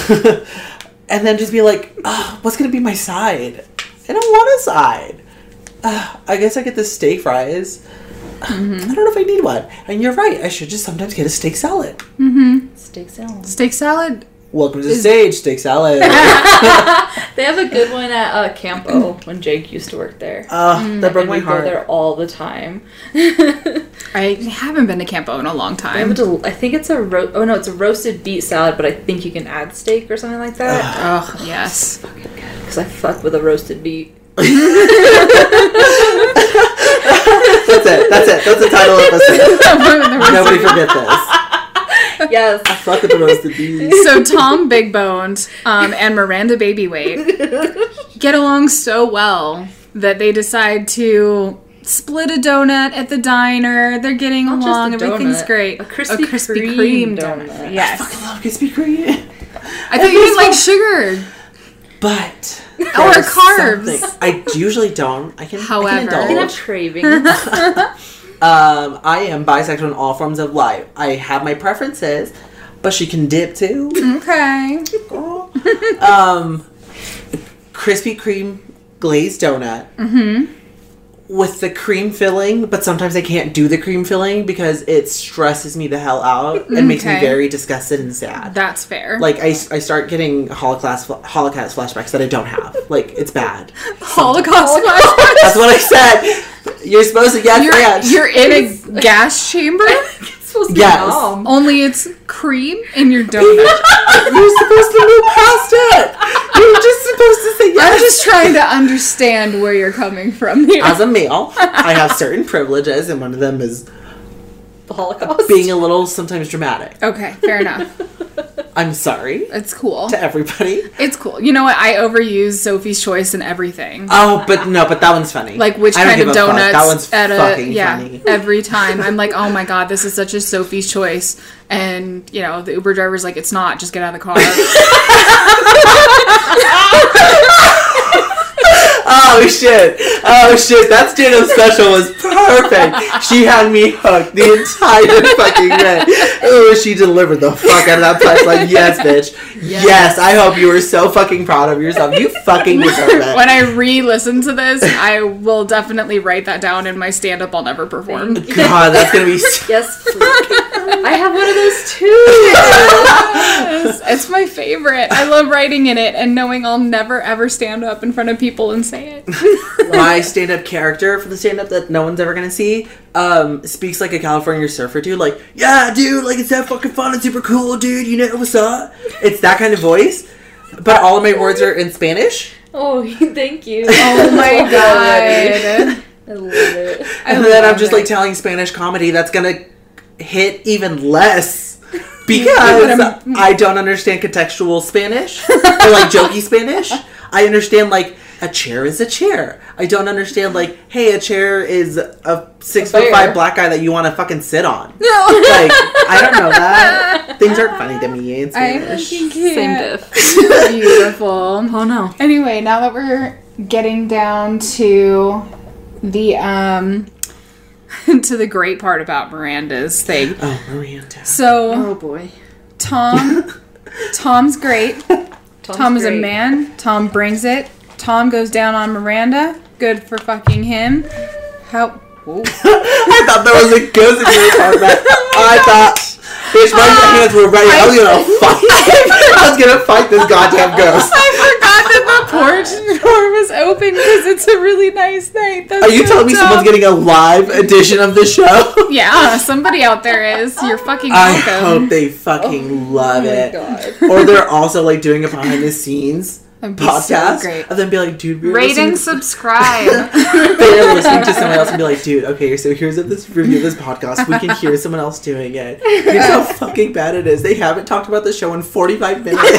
Speaker 2: and then just be like, oh, what's going to be my side? I don't want a side. "Ugh, I guess I get the steak fries. I don't know if I need one. And you're right. I should just sometimes get a steak salad.
Speaker 4: Steak salad.
Speaker 1: Steak salad.
Speaker 2: Welcome to the stage, steak salad. Ugh,
Speaker 4: They have a good one at uh, Campo when Jake used to work there.
Speaker 2: that broke
Speaker 4: And
Speaker 2: my
Speaker 4: we go
Speaker 2: heart.
Speaker 4: there all the time. I
Speaker 1: I haven't been to Campo in a long
Speaker 4: have
Speaker 1: time.
Speaker 4: a del- I think it's a ro- oh no, it's a roasted beet salad, but I think you can add steak or something like that.
Speaker 1: Ugh, yes.
Speaker 4: Because I fuck with a roasted beet.
Speaker 2: That's it. That's it. That's the title of this. Nobody forget this.
Speaker 4: Yes.
Speaker 2: Fuck with the roasted bees.
Speaker 1: so Tom Big Boned um, and Miranda Babyweight get along so well that they decide to split a donut at the diner. They're getting
Speaker 4: just
Speaker 1: along.
Speaker 4: a
Speaker 1: Everything's
Speaker 4: donut,
Speaker 1: great.
Speaker 4: a Krispy Kreme donut.
Speaker 1: Yes.
Speaker 2: Love Krispy Kreme.
Speaker 1: I thought you didn't like sugar
Speaker 2: But
Speaker 1: or
Speaker 2: there's
Speaker 1: carbs.
Speaker 2: something- I usually don't. I can.
Speaker 1: However. You
Speaker 2: I can
Speaker 4: You can
Speaker 2: indulge.
Speaker 4: have cravings.
Speaker 2: Um, I am bisexual in all forms of life. I have my preferences, but she can dip too.
Speaker 1: Mm-hmm. Okay.
Speaker 2: Girl. um, Krispy Kreme glazed donut
Speaker 1: Mm-hmm.
Speaker 2: with the cream filling, but sometimes I can't do the cream filling because it stresses me the hell out and makes me
Speaker 1: Okay.
Speaker 2: very disgusted and sad.
Speaker 1: That's fair.
Speaker 2: like I, I start getting Holocaust Holocaust flashbacks that I don't have. Like it's bad.
Speaker 1: Holocaust.
Speaker 2: That's what I said. You're supposed to yes,
Speaker 1: you're,
Speaker 2: and.
Speaker 1: you're in a gas chamber.
Speaker 4: it's supposed to
Speaker 2: Yes.
Speaker 4: be mom.
Speaker 1: Only it's cream in your donut.
Speaker 2: You're supposed to move past it. You're just supposed to say
Speaker 1: I'm
Speaker 2: yes.
Speaker 1: just trying to understand where you're coming from here.
Speaker 2: As a male, I have certain privileges, and one of them is
Speaker 4: The Holocaust.
Speaker 2: being a little sometimes dramatic.
Speaker 1: Okay, fair enough.
Speaker 2: I'm sorry
Speaker 1: It's cool.
Speaker 2: to everybody.
Speaker 1: It's cool. You know what? I overuse Sophie's Choice and everything.
Speaker 2: Oh, but no, but that one's funny.
Speaker 1: Like which
Speaker 2: I don't
Speaker 1: kind of
Speaker 2: give a fuck.
Speaker 1: donuts
Speaker 2: That one's
Speaker 1: at a
Speaker 2: fucking
Speaker 1: yeah
Speaker 2: funny.
Speaker 1: every time I'm like oh my god this is such a Sophie's choice and you know the Uber driver's like it's not just get out of the car
Speaker 2: Oh shit! Oh shit! That stand-up special was perfect. She had me hooked the entire fucking day. Oh, she delivered the fuck out of that punch. Like yes, bitch. Yes. I hope you were so fucking proud of yourself. You fucking deserve it.
Speaker 1: when I re-listen to this I will definitely write that down in my stand up I'll never perform
Speaker 2: God, that's gonna be. So-
Speaker 4: Yes. please. I have one of those too.
Speaker 1: it's, it's my favorite I love writing in it and knowing I'll never ever stand up in front of people and say it
Speaker 2: my stand-up character for the stand-up that no one's ever gonna see um, speaks like a California surfer dude. Like, yeah, dude, like it's that fucking fun and super cool, dude. You know what's up? It's that kind of voice, but all of my words are in Spanish.
Speaker 4: Oh, thank you.
Speaker 1: oh my
Speaker 4: Already.
Speaker 1: god.
Speaker 4: I love it.
Speaker 2: and then I'm
Speaker 1: love
Speaker 2: just
Speaker 1: it.
Speaker 2: like telling Spanish comedy that's gonna hit even less
Speaker 1: But
Speaker 2: because
Speaker 1: I'm-
Speaker 2: I don't understand contextual Spanish or like jokey Spanish. I understand like a chair is a chair. I don't understand like hey a chair is a six foot
Speaker 4: bear.
Speaker 2: five black guy that you want to fucking sit on. Like I don't know that things aren't funny to me in
Speaker 1: I
Speaker 2: Spanish.
Speaker 1: fucking can't.
Speaker 4: diff.
Speaker 1: Beautiful.
Speaker 4: Oh no.
Speaker 1: Anyway, now that we're getting down to the um to the great part about Miranda's thing.
Speaker 2: oh Miranda.
Speaker 1: So
Speaker 4: Oh, boy.
Speaker 1: Tom Tom's great.
Speaker 4: Tom's
Speaker 1: Tom is a
Speaker 4: great.
Speaker 1: man. Tom brings it. Tom goes down on Miranda. Good for fucking him. How whoa.
Speaker 2: I thought there was a ghost in your apartment.
Speaker 1: Oh
Speaker 2: I thought, bitch,
Speaker 1: Uh,
Speaker 2: my hands were ready. I was gonna fight. I was gonna fight this goddamn ghost.
Speaker 1: I forgot that the porch door was open because it's a really nice night. That's
Speaker 2: Are you
Speaker 1: so
Speaker 2: telling me
Speaker 1: dumb.
Speaker 2: someone's getting a live edition of the show?
Speaker 1: Yeah, somebody out there is. You're fucking
Speaker 2: I
Speaker 1: welcome.
Speaker 2: hope they fucking
Speaker 1: Oh
Speaker 2: love it.
Speaker 4: God.
Speaker 2: Or they're also like doing a behind the scenes
Speaker 1: That'd be so
Speaker 2: podcast
Speaker 1: great.
Speaker 2: and then be like, dude, we were
Speaker 1: Rate and
Speaker 2: listening-
Speaker 1: subscribe.
Speaker 2: they're listening to someone else and be like, dude, okay, so here's a, this review of this podcast. We can hear someone else doing it. Here's how fucking bad it is. They haven't talked about the show in 45 minutes.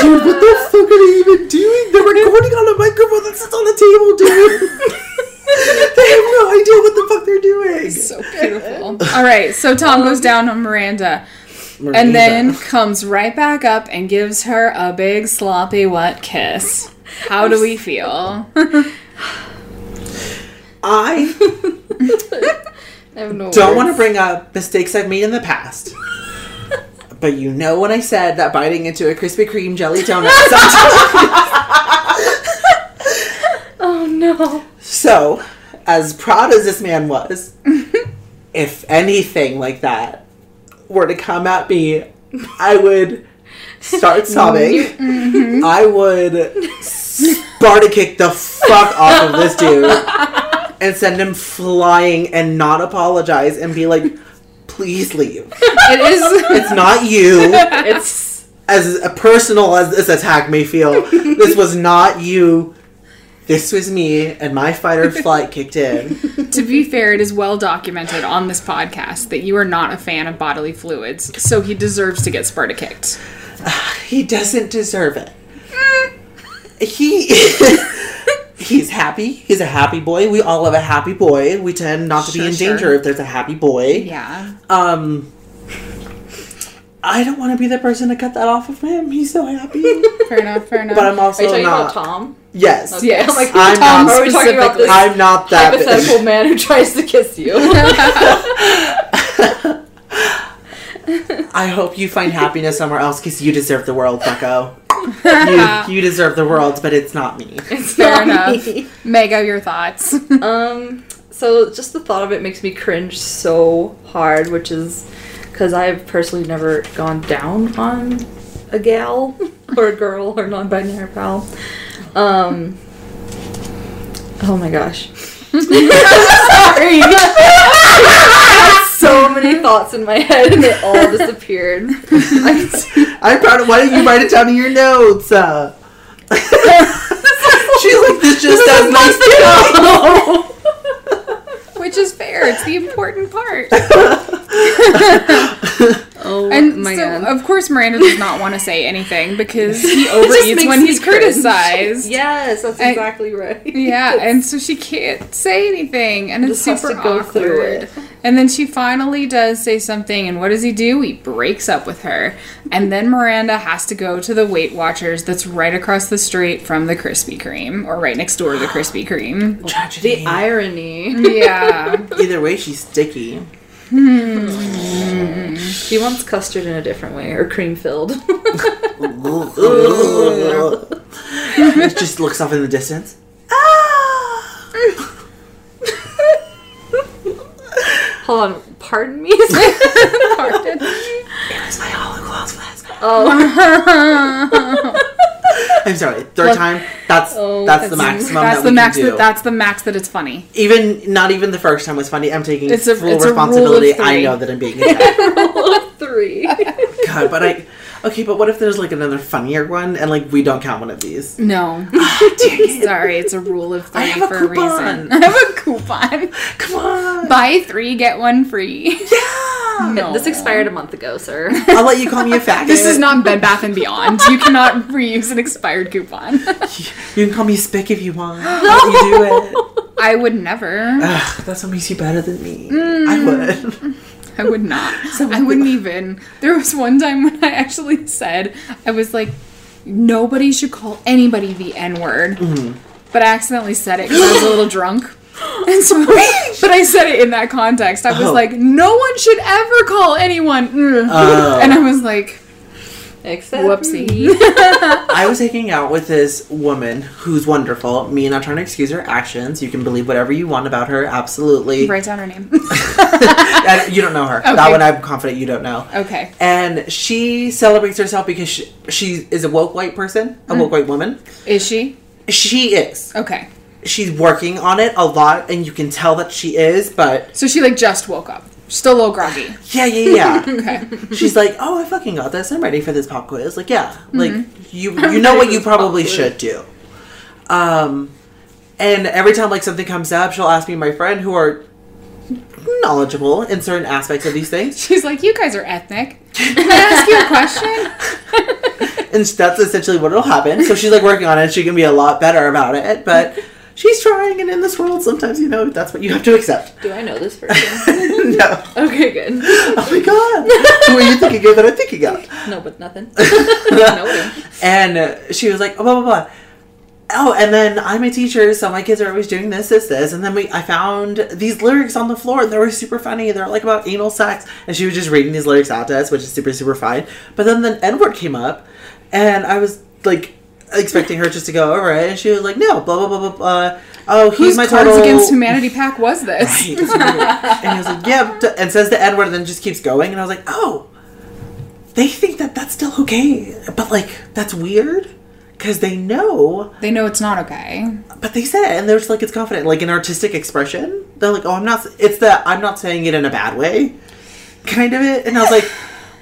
Speaker 2: dude, what the fuck are they even doing? They're recording on a microphone that sits on a table, dude. they have no idea what the fuck they're doing.
Speaker 1: so beautiful. All right, so Tom goes down on Miranda and then comes right back up and gives her a big sloppy wet kiss. How do we feel?
Speaker 2: I
Speaker 4: I have no
Speaker 2: Don't want to bring up mistakes I've made in the past. but you know when I said that biting into a Krispy Kreme jelly donut sometimes
Speaker 4: Oh no.
Speaker 2: So, as proud as this man was, if anything like that were to come at me, I would start sobbing. I would Sparta kick the fuck off of this dude and send him flying and not apologize and be like, please leave.
Speaker 1: It is.
Speaker 2: It's not you
Speaker 4: It's
Speaker 2: as personal as this attack may feel, this was not you. This was me, and my fight or flight kicked in.
Speaker 1: to be fair, it is well documented on this podcast that you are not a fan of bodily fluids, so he deserves to get Sparta kicked.
Speaker 2: He doesn't deserve it.
Speaker 4: Mm.
Speaker 2: He he's happy. He's a happy boy. We all have a happy boy. We tend not to
Speaker 1: Sure,
Speaker 2: be in
Speaker 1: sure.
Speaker 2: danger if there's a happy boy.
Speaker 1: Yeah.
Speaker 2: Um, I don't want to be the person to cut that off of him. He's so happy,
Speaker 1: Fair enough. Fair enough.
Speaker 2: but I'm
Speaker 4: are you
Speaker 2: also
Speaker 4: talking
Speaker 2: not.
Speaker 4: about Tom?
Speaker 2: Yes,
Speaker 4: Okay.
Speaker 1: Yes.
Speaker 4: I'm like,
Speaker 2: I'm
Speaker 1: Tom
Speaker 2: not.
Speaker 4: are we talking about
Speaker 1: specifically.
Speaker 4: this
Speaker 2: I'm not that bitch.
Speaker 4: hypothetical man who tries to kiss you?
Speaker 2: I hope you find happiness somewhere else because you deserve the world, Bucko. you, you deserve the world, but it's not me.
Speaker 4: It's
Speaker 1: Fair
Speaker 4: not
Speaker 1: enough.
Speaker 4: me.
Speaker 1: Mega, your thoughts.
Speaker 4: Um, so just the thought of it makes me cringe so hard, which is because I've personally never gone down on a gal or a girl or non-binary pal. Um, oh my gosh. Sorry. I had so many thoughts in my head and they all disappeared. I'm so-
Speaker 2: I'm proud of. Why don't you write it down in your notes? Uh, she's like, this just does not go.
Speaker 4: Oh.
Speaker 1: Which is fair. It's the important part.
Speaker 4: oh
Speaker 1: And
Speaker 4: my
Speaker 1: so,
Speaker 4: god.
Speaker 1: of course, Miranda does not want to say anything because he
Speaker 4: It just
Speaker 1: overeats
Speaker 4: makes
Speaker 1: when
Speaker 4: me
Speaker 1: he's
Speaker 4: cringe.
Speaker 1: criticized.
Speaker 4: Yes, that's
Speaker 1: I-
Speaker 4: exactly right.
Speaker 1: Yeah, and so she can't say anything, and it's
Speaker 4: Just has
Speaker 1: super
Speaker 4: to go
Speaker 1: awkward.
Speaker 4: through it.
Speaker 1: And then she finally does say something, and what does he do? He breaks up with her, and then Miranda has to go to the Weight Watchers that's right across the street from the Krispy Kreme, or right next door to the Krispy Kreme.
Speaker 4: The
Speaker 2: Tragedy.
Speaker 4: irony.
Speaker 1: Yeah,
Speaker 2: Either way, she's sticky.
Speaker 4: She wants custard in a different way, or cream filled.
Speaker 2: it just looks off in the distance. Ah!
Speaker 4: Hold on, pardon me?
Speaker 2: It's my Holocaust flask.
Speaker 4: oh,
Speaker 2: I'm sorry. Third time. That's
Speaker 4: Oh,
Speaker 2: that's the
Speaker 4: that's-
Speaker 2: maximum.
Speaker 1: that's
Speaker 2: that
Speaker 1: the
Speaker 2: we
Speaker 1: max.
Speaker 2: Can do.
Speaker 1: That, that's the max that it's funny.
Speaker 2: even not even the first time was funny. I'm taking
Speaker 1: It's a-
Speaker 2: full
Speaker 1: it's a rule of
Speaker 2: responsibility. I
Speaker 1: three.
Speaker 2: know that I'm being attacked.
Speaker 4: roll of three.
Speaker 2: God, but I. Okay, but what if there's like another funnier one and like we don't count one of these?
Speaker 1: No, sorry, it's a rule of
Speaker 2: I
Speaker 1: three
Speaker 2: have a
Speaker 1: for a
Speaker 2: coupon.
Speaker 1: reason. I have a coupon.
Speaker 2: Come on!
Speaker 1: Buy three, get one free.
Speaker 2: yeah!
Speaker 1: No.
Speaker 4: This expired a month ago, sir.
Speaker 2: I'll let you call me a faggot.
Speaker 1: This is not Bed Bath and Beyond. You cannot reuse an expired coupon.
Speaker 2: You can call me Spick if you want. I'll let you do it.
Speaker 1: I would never.
Speaker 2: Ugh, that's what makes you better than me. I
Speaker 1: Mm.
Speaker 2: would.
Speaker 1: I would not. I wouldn't even. There was one time when I actually said I was like, nobody should call anybody the N word, but I accidentally said it because I was a little drunk. And so, but I said it in that context. I was
Speaker 2: Oh.
Speaker 1: like, no one should ever call anyone. mm."
Speaker 2: Oh.
Speaker 1: And I was like,
Speaker 4: Except
Speaker 1: whoopsie.
Speaker 2: I was hanging out with this woman who's wonderful. Me not trying to excuse her actions. You can believe whatever you want about her. Absolutely.
Speaker 1: Write down her name.
Speaker 2: I- you don't know her. That
Speaker 1: Okay.
Speaker 2: one I'm confident you don't know.
Speaker 1: Okay.
Speaker 2: And she celebrates herself because she, she is a woke white person, a
Speaker 1: Mm-hmm.
Speaker 2: woke white woman.
Speaker 1: Is she?
Speaker 2: She is.
Speaker 1: Okay.
Speaker 2: she's working on it a lot and you can tell that she is but
Speaker 1: So she like just woke up. Still a little groggy.
Speaker 2: yeah yeah yeah
Speaker 1: Okay.
Speaker 2: she's like oh i fucking got this i'm ready for this pop quiz like yeah
Speaker 1: Mm-hmm.
Speaker 2: like you you know what you probably should do um and every time like something comes up she'll ask me and my friend who are knowledgeable in certain aspects of these things
Speaker 1: She's like, you guys are ethnic. Can I ask you a question?
Speaker 2: and that's essentially what will happen so she's like working on it she can be a lot better about it but she's trying and in this world sometimes you know that's what you have to accept
Speaker 4: Do I know this person?
Speaker 2: no
Speaker 4: okay, good.
Speaker 2: Oh my god! Who are you thinking of that I'm thinking of?
Speaker 4: No, but nothing. no, one.
Speaker 2: And uh, she was like, oh, blah, blah, blah. Oh, and then I'm a teacher, so my kids are always doing this, this, this. And then we, I found these lyrics on the floor, and they were super funny. They're like about anal sex, and she was just reading these lyrics out to us, which is super, super fine. But then the N word came up, and I was like, expecting her just to go over it, and she was like, "No, blah blah blah blah." blah. Oh, he's
Speaker 1: Whose
Speaker 2: my
Speaker 1: Cards
Speaker 2: total.
Speaker 1: Against Humanity pack was this?
Speaker 2: Right, it's weird. and he was like, "Yeah," d- and says the N word, and then just keeps going. And I was like, "Oh, they think that that's still okay, but like that's weird." Because they know,
Speaker 1: They know it's not okay.
Speaker 2: but they said it, and they're just like it's confident, like an artistic expression. They're like, "Oh, I'm not." s- It's the I'm not saying it in a bad way, kind of it. And I was like,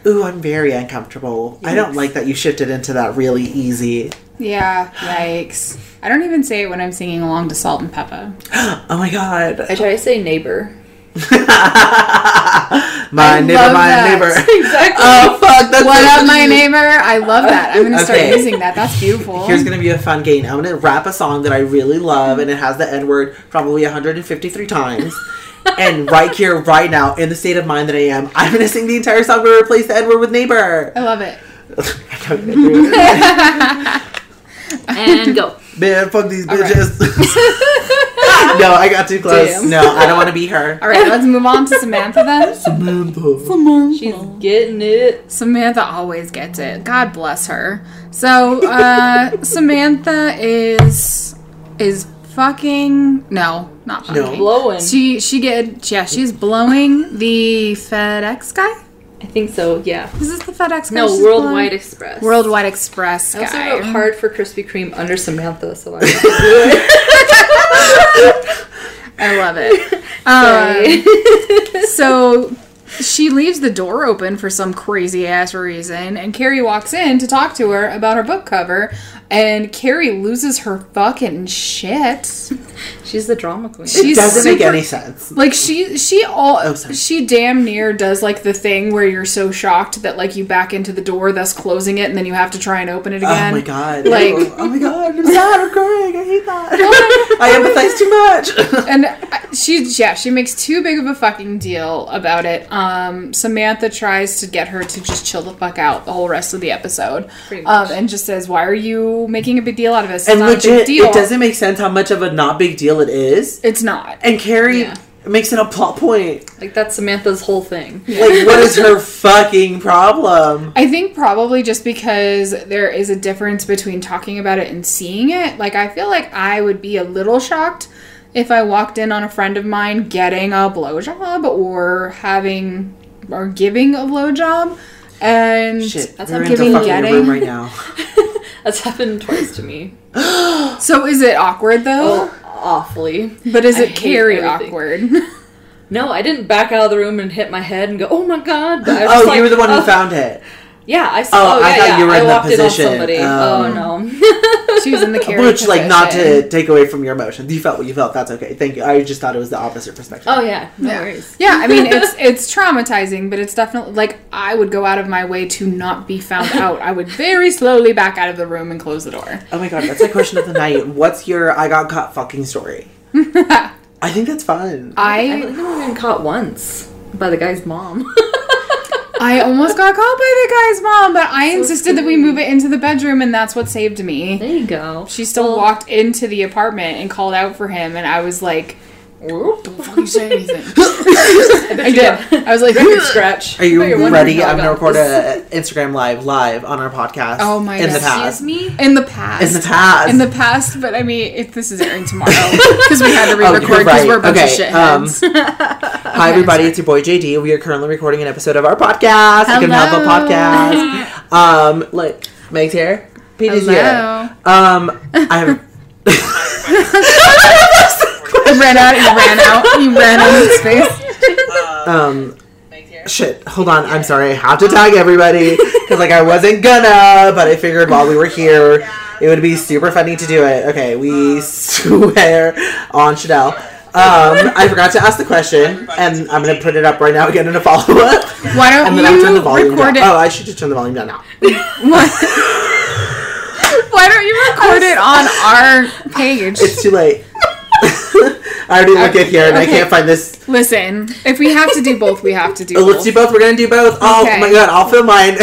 Speaker 2: "Ooh, I'm very uncomfortable. I don't like that you shifted into that really easy."
Speaker 1: Yeah, yikes. I don't even say it when I'm singing along to Salt and Peppa.
Speaker 2: Oh my god,
Speaker 4: I try to say neighbor.
Speaker 2: my
Speaker 1: I
Speaker 2: neighbor,
Speaker 1: love
Speaker 2: my
Speaker 1: that.
Speaker 2: neighbor.
Speaker 4: Exactly.
Speaker 2: Oh fuck, that's
Speaker 1: What up, my neighbor? I love that. I'm going to start
Speaker 2: Okay.
Speaker 1: using that. That's beautiful.
Speaker 2: Here's gonna be a fun game. I'm gonna rap a song that I really love, and it has the N word probably 153 times. and right here, right now, in the state of mind that I am, I'm gonna sing the entire song but replace the N word with neighbor.
Speaker 1: I love it.
Speaker 2: I don't even do it.
Speaker 4: and go.
Speaker 2: Man, fuck these
Speaker 1: All right.
Speaker 2: bitches. no, I got too close.
Speaker 4: Damn.
Speaker 2: No, I don't want to be her.
Speaker 1: All right, let's move on to Samantha then.
Speaker 2: Samantha.
Speaker 4: She's getting it.
Speaker 1: Samantha always gets it. God bless her. So, uh, Samantha is is fucking no, not fucking.
Speaker 4: Blowing.
Speaker 1: She she get yeah, she's blowing the FedEx guy.
Speaker 4: I think so, yeah.
Speaker 1: Is this the FedEx guy?
Speaker 4: No,
Speaker 1: she's
Speaker 4: Worldwide
Speaker 1: blowing?
Speaker 4: Express.
Speaker 1: Worldwide Express
Speaker 4: I also
Speaker 1: guy.
Speaker 4: wrote hard for Krispy Kreme under Samantha, so I
Speaker 1: I love it. Um, so she leaves the door open for some crazy ass reason, and Carrie walks in to talk to her about her book cover, and Carrie loses her fucking shit.
Speaker 4: She's the drama queen.
Speaker 1: She's
Speaker 2: Doesn't make
Speaker 1: super-
Speaker 2: any sense.
Speaker 1: Like she, she all,
Speaker 2: Oh, sorry.
Speaker 1: she damn near does like the thing where you're so shocked that like you back into the door, thus closing it, and then you have to try and open it again.
Speaker 2: oh my god.
Speaker 1: like-
Speaker 2: oh my god, I'm sad, I'm crying, I hate that. I empathize too much.
Speaker 1: and I- she yeah she makes too big of a fucking deal about it um samantha tries to get her to just chill the fuck out the whole rest of the episode
Speaker 4: Pretty much.
Speaker 1: um and just says why are you making a big deal out of this it's
Speaker 2: and
Speaker 1: not a big
Speaker 2: legit,
Speaker 1: deal
Speaker 2: it doesn't make sense how much of a not big deal it is.
Speaker 1: it's not
Speaker 2: And Carrie
Speaker 4: Yeah.
Speaker 2: makes it a plot point.
Speaker 4: Like that's Samantha's whole thing.
Speaker 2: Like, what is her fucking problem?
Speaker 1: I think probably just because there is a difference between talking about it and seeing it. Like, I feel like I would be a little shocked if I walked in on a friend of mine getting a blowjob or having or giving a blowjob. And
Speaker 2: Shit,
Speaker 4: That's
Speaker 2: we're
Speaker 4: not
Speaker 2: in the
Speaker 1: giving
Speaker 2: fucking
Speaker 1: getting.
Speaker 2: room right now.
Speaker 4: That's happened twice to me.
Speaker 1: so, is it awkward though?
Speaker 4: Oh, awfully.
Speaker 1: But is
Speaker 4: I
Speaker 1: it
Speaker 4: hate
Speaker 1: Carrie
Speaker 4: everything.
Speaker 1: awkward?
Speaker 4: No, I didn't back out of the room and hit my head and go, "Oh my god!" but I was
Speaker 2: Oh,
Speaker 4: just like,
Speaker 2: you were the one who
Speaker 4: "Oh."
Speaker 2: found it.
Speaker 4: Yeah, I
Speaker 2: Oh,
Speaker 4: saw. Oh, yeah,
Speaker 2: I thought
Speaker 4: yeah.
Speaker 2: you were
Speaker 4: I
Speaker 2: in that
Speaker 4: walked in on
Speaker 2: position.
Speaker 4: somebody.
Speaker 2: Um,
Speaker 4: oh no.
Speaker 1: she was in the Carrie.
Speaker 2: Which, like, not
Speaker 1: position.
Speaker 2: to take away from your emotions. You felt what you felt. That's okay. Thank you. I just thought it was the opposite perspective.
Speaker 4: Oh yeah, no
Speaker 1: Yeah.
Speaker 4: worries.
Speaker 1: Yeah, I mean it's it's traumatizing, but it's definitely like I would go out of my way to not be found out. I would very slowly back out of the room and close the door.
Speaker 2: Oh my god, that's the question of the night. What's your I got caught fucking story? I think that's fun.
Speaker 4: I
Speaker 1: I
Speaker 4: think I've been caught once by the guy's mom.
Speaker 1: I almost got caught by the guy's mom, but I insisted that we move it into the bedroom, and that's what saved me.
Speaker 4: there you go.
Speaker 1: She still walked into the apartment and called out for him, and I was like, "Don't fucking say anything." I did. I was like,
Speaker 4: Record scratch.
Speaker 2: Are you
Speaker 4: I bet you're wondering
Speaker 2: ready?
Speaker 4: how I
Speaker 2: I'm gonna record
Speaker 4: got this.
Speaker 2: a Instagram live live on our podcast.
Speaker 1: Oh my
Speaker 2: in the
Speaker 1: God.
Speaker 2: past.
Speaker 4: Excuse me.
Speaker 1: in the past.
Speaker 2: In the past.
Speaker 1: in the past, but I mean, if this is airing tomorrow because we had to
Speaker 2: Oh,
Speaker 1: re-record
Speaker 2: you're
Speaker 1: because
Speaker 2: right.
Speaker 1: we're a bunch
Speaker 2: Okay, um,
Speaker 1: of shitheads.
Speaker 2: Hi everybody, it's your boy JD. We are currently recording an episode of our podcast. You can have a
Speaker 1: Hello.
Speaker 2: podcast. Um, like Meg's here. Petey's
Speaker 1: Hello.
Speaker 2: here. Um, I have.
Speaker 1: It ran out. He ran out. He ran out of space.
Speaker 2: Um, shit. Hold on. I'm sorry. I have to tag everybody because like I wasn't gonna, but I figured while we were here, it would be super funny to do it. Okay, we swear on Chanel. Um, I forgot to ask the question, and I'm gonna put it up right now again in a follow up.
Speaker 1: Why don't
Speaker 2: And then I turn the
Speaker 1: you
Speaker 2: volume
Speaker 1: record
Speaker 2: down.
Speaker 1: it?
Speaker 2: Oh, I should just turn the volume down now.
Speaker 1: Why don't you record it on our page?
Speaker 2: It's too late. I already looked at here and I
Speaker 1: Okay.
Speaker 2: can't find this.
Speaker 1: Listen, if we have to do both, we have to do
Speaker 2: Oh,
Speaker 1: both.
Speaker 2: let's do both. We're gonna do both. Oh
Speaker 1: Okay.
Speaker 2: my god, I'll film mine.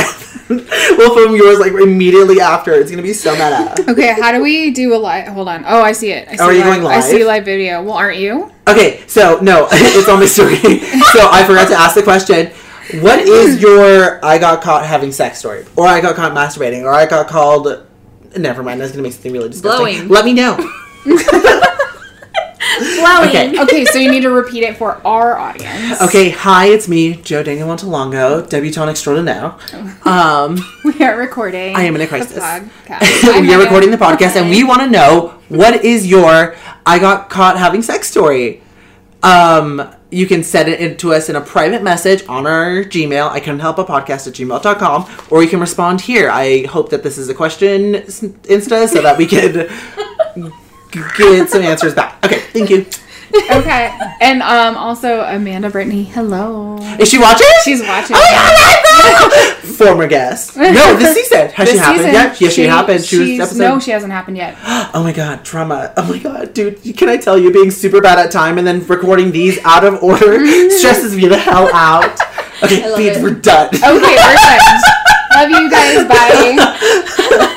Speaker 2: we'll film yours like immediately after. It's gonna be so meta.
Speaker 1: Okay, how do we do a live? Hold on. Oh, I see it. I see
Speaker 2: are you
Speaker 1: live.
Speaker 2: going
Speaker 1: I see
Speaker 2: live?
Speaker 1: live video. Well, aren't you?
Speaker 2: Okay, so no, it's on my story. so I forgot to ask the question. What is your I got caught having sex story? Or I got caught masturbating? Or I got called Never mind. That's gonna make something really disgusting.
Speaker 4: Blowing.
Speaker 2: Let me know.
Speaker 5: Blowing.
Speaker 2: Okay.
Speaker 1: Okay, so you need to repeat it for our audience.
Speaker 2: Okay. Hi, it's me, Joe Daniel Montalongo, debutante extraordinaire. Um,
Speaker 1: We are recording.
Speaker 2: I am in a
Speaker 1: the
Speaker 2: crisis.
Speaker 1: podcast. I'm
Speaker 2: we are
Speaker 1: Megan.
Speaker 2: recording the podcast, and we want to know what is your "I got caught having sex" story. Um, you can send it in to us in a private message on our Gmail. I can help a podcast at gmail.com, or you can respond here. I hope that this is a question s- Insta so that we could g- get some answers back. Okay, thank you.
Speaker 1: Okay, and um, also Amanda Brittany. Hello.
Speaker 2: Is she watching?
Speaker 1: She's watching.
Speaker 2: Oh my God, I know! Former guest. No, this season. Has she
Speaker 1: This
Speaker 2: happened
Speaker 1: season,
Speaker 2: yet? Yes, she, happened. She was
Speaker 1: she's-
Speaker 2: episode.
Speaker 1: No, she hasn't happened yet.
Speaker 2: Oh my god, trauma. Oh my god, dude, can I tell you, being super bad at time and then recording these out of order stresses me the hell out. Okay,
Speaker 4: I love
Speaker 2: Beads,
Speaker 4: it.
Speaker 2: we're done.
Speaker 1: Okay, perfect. Love you guys. Bye.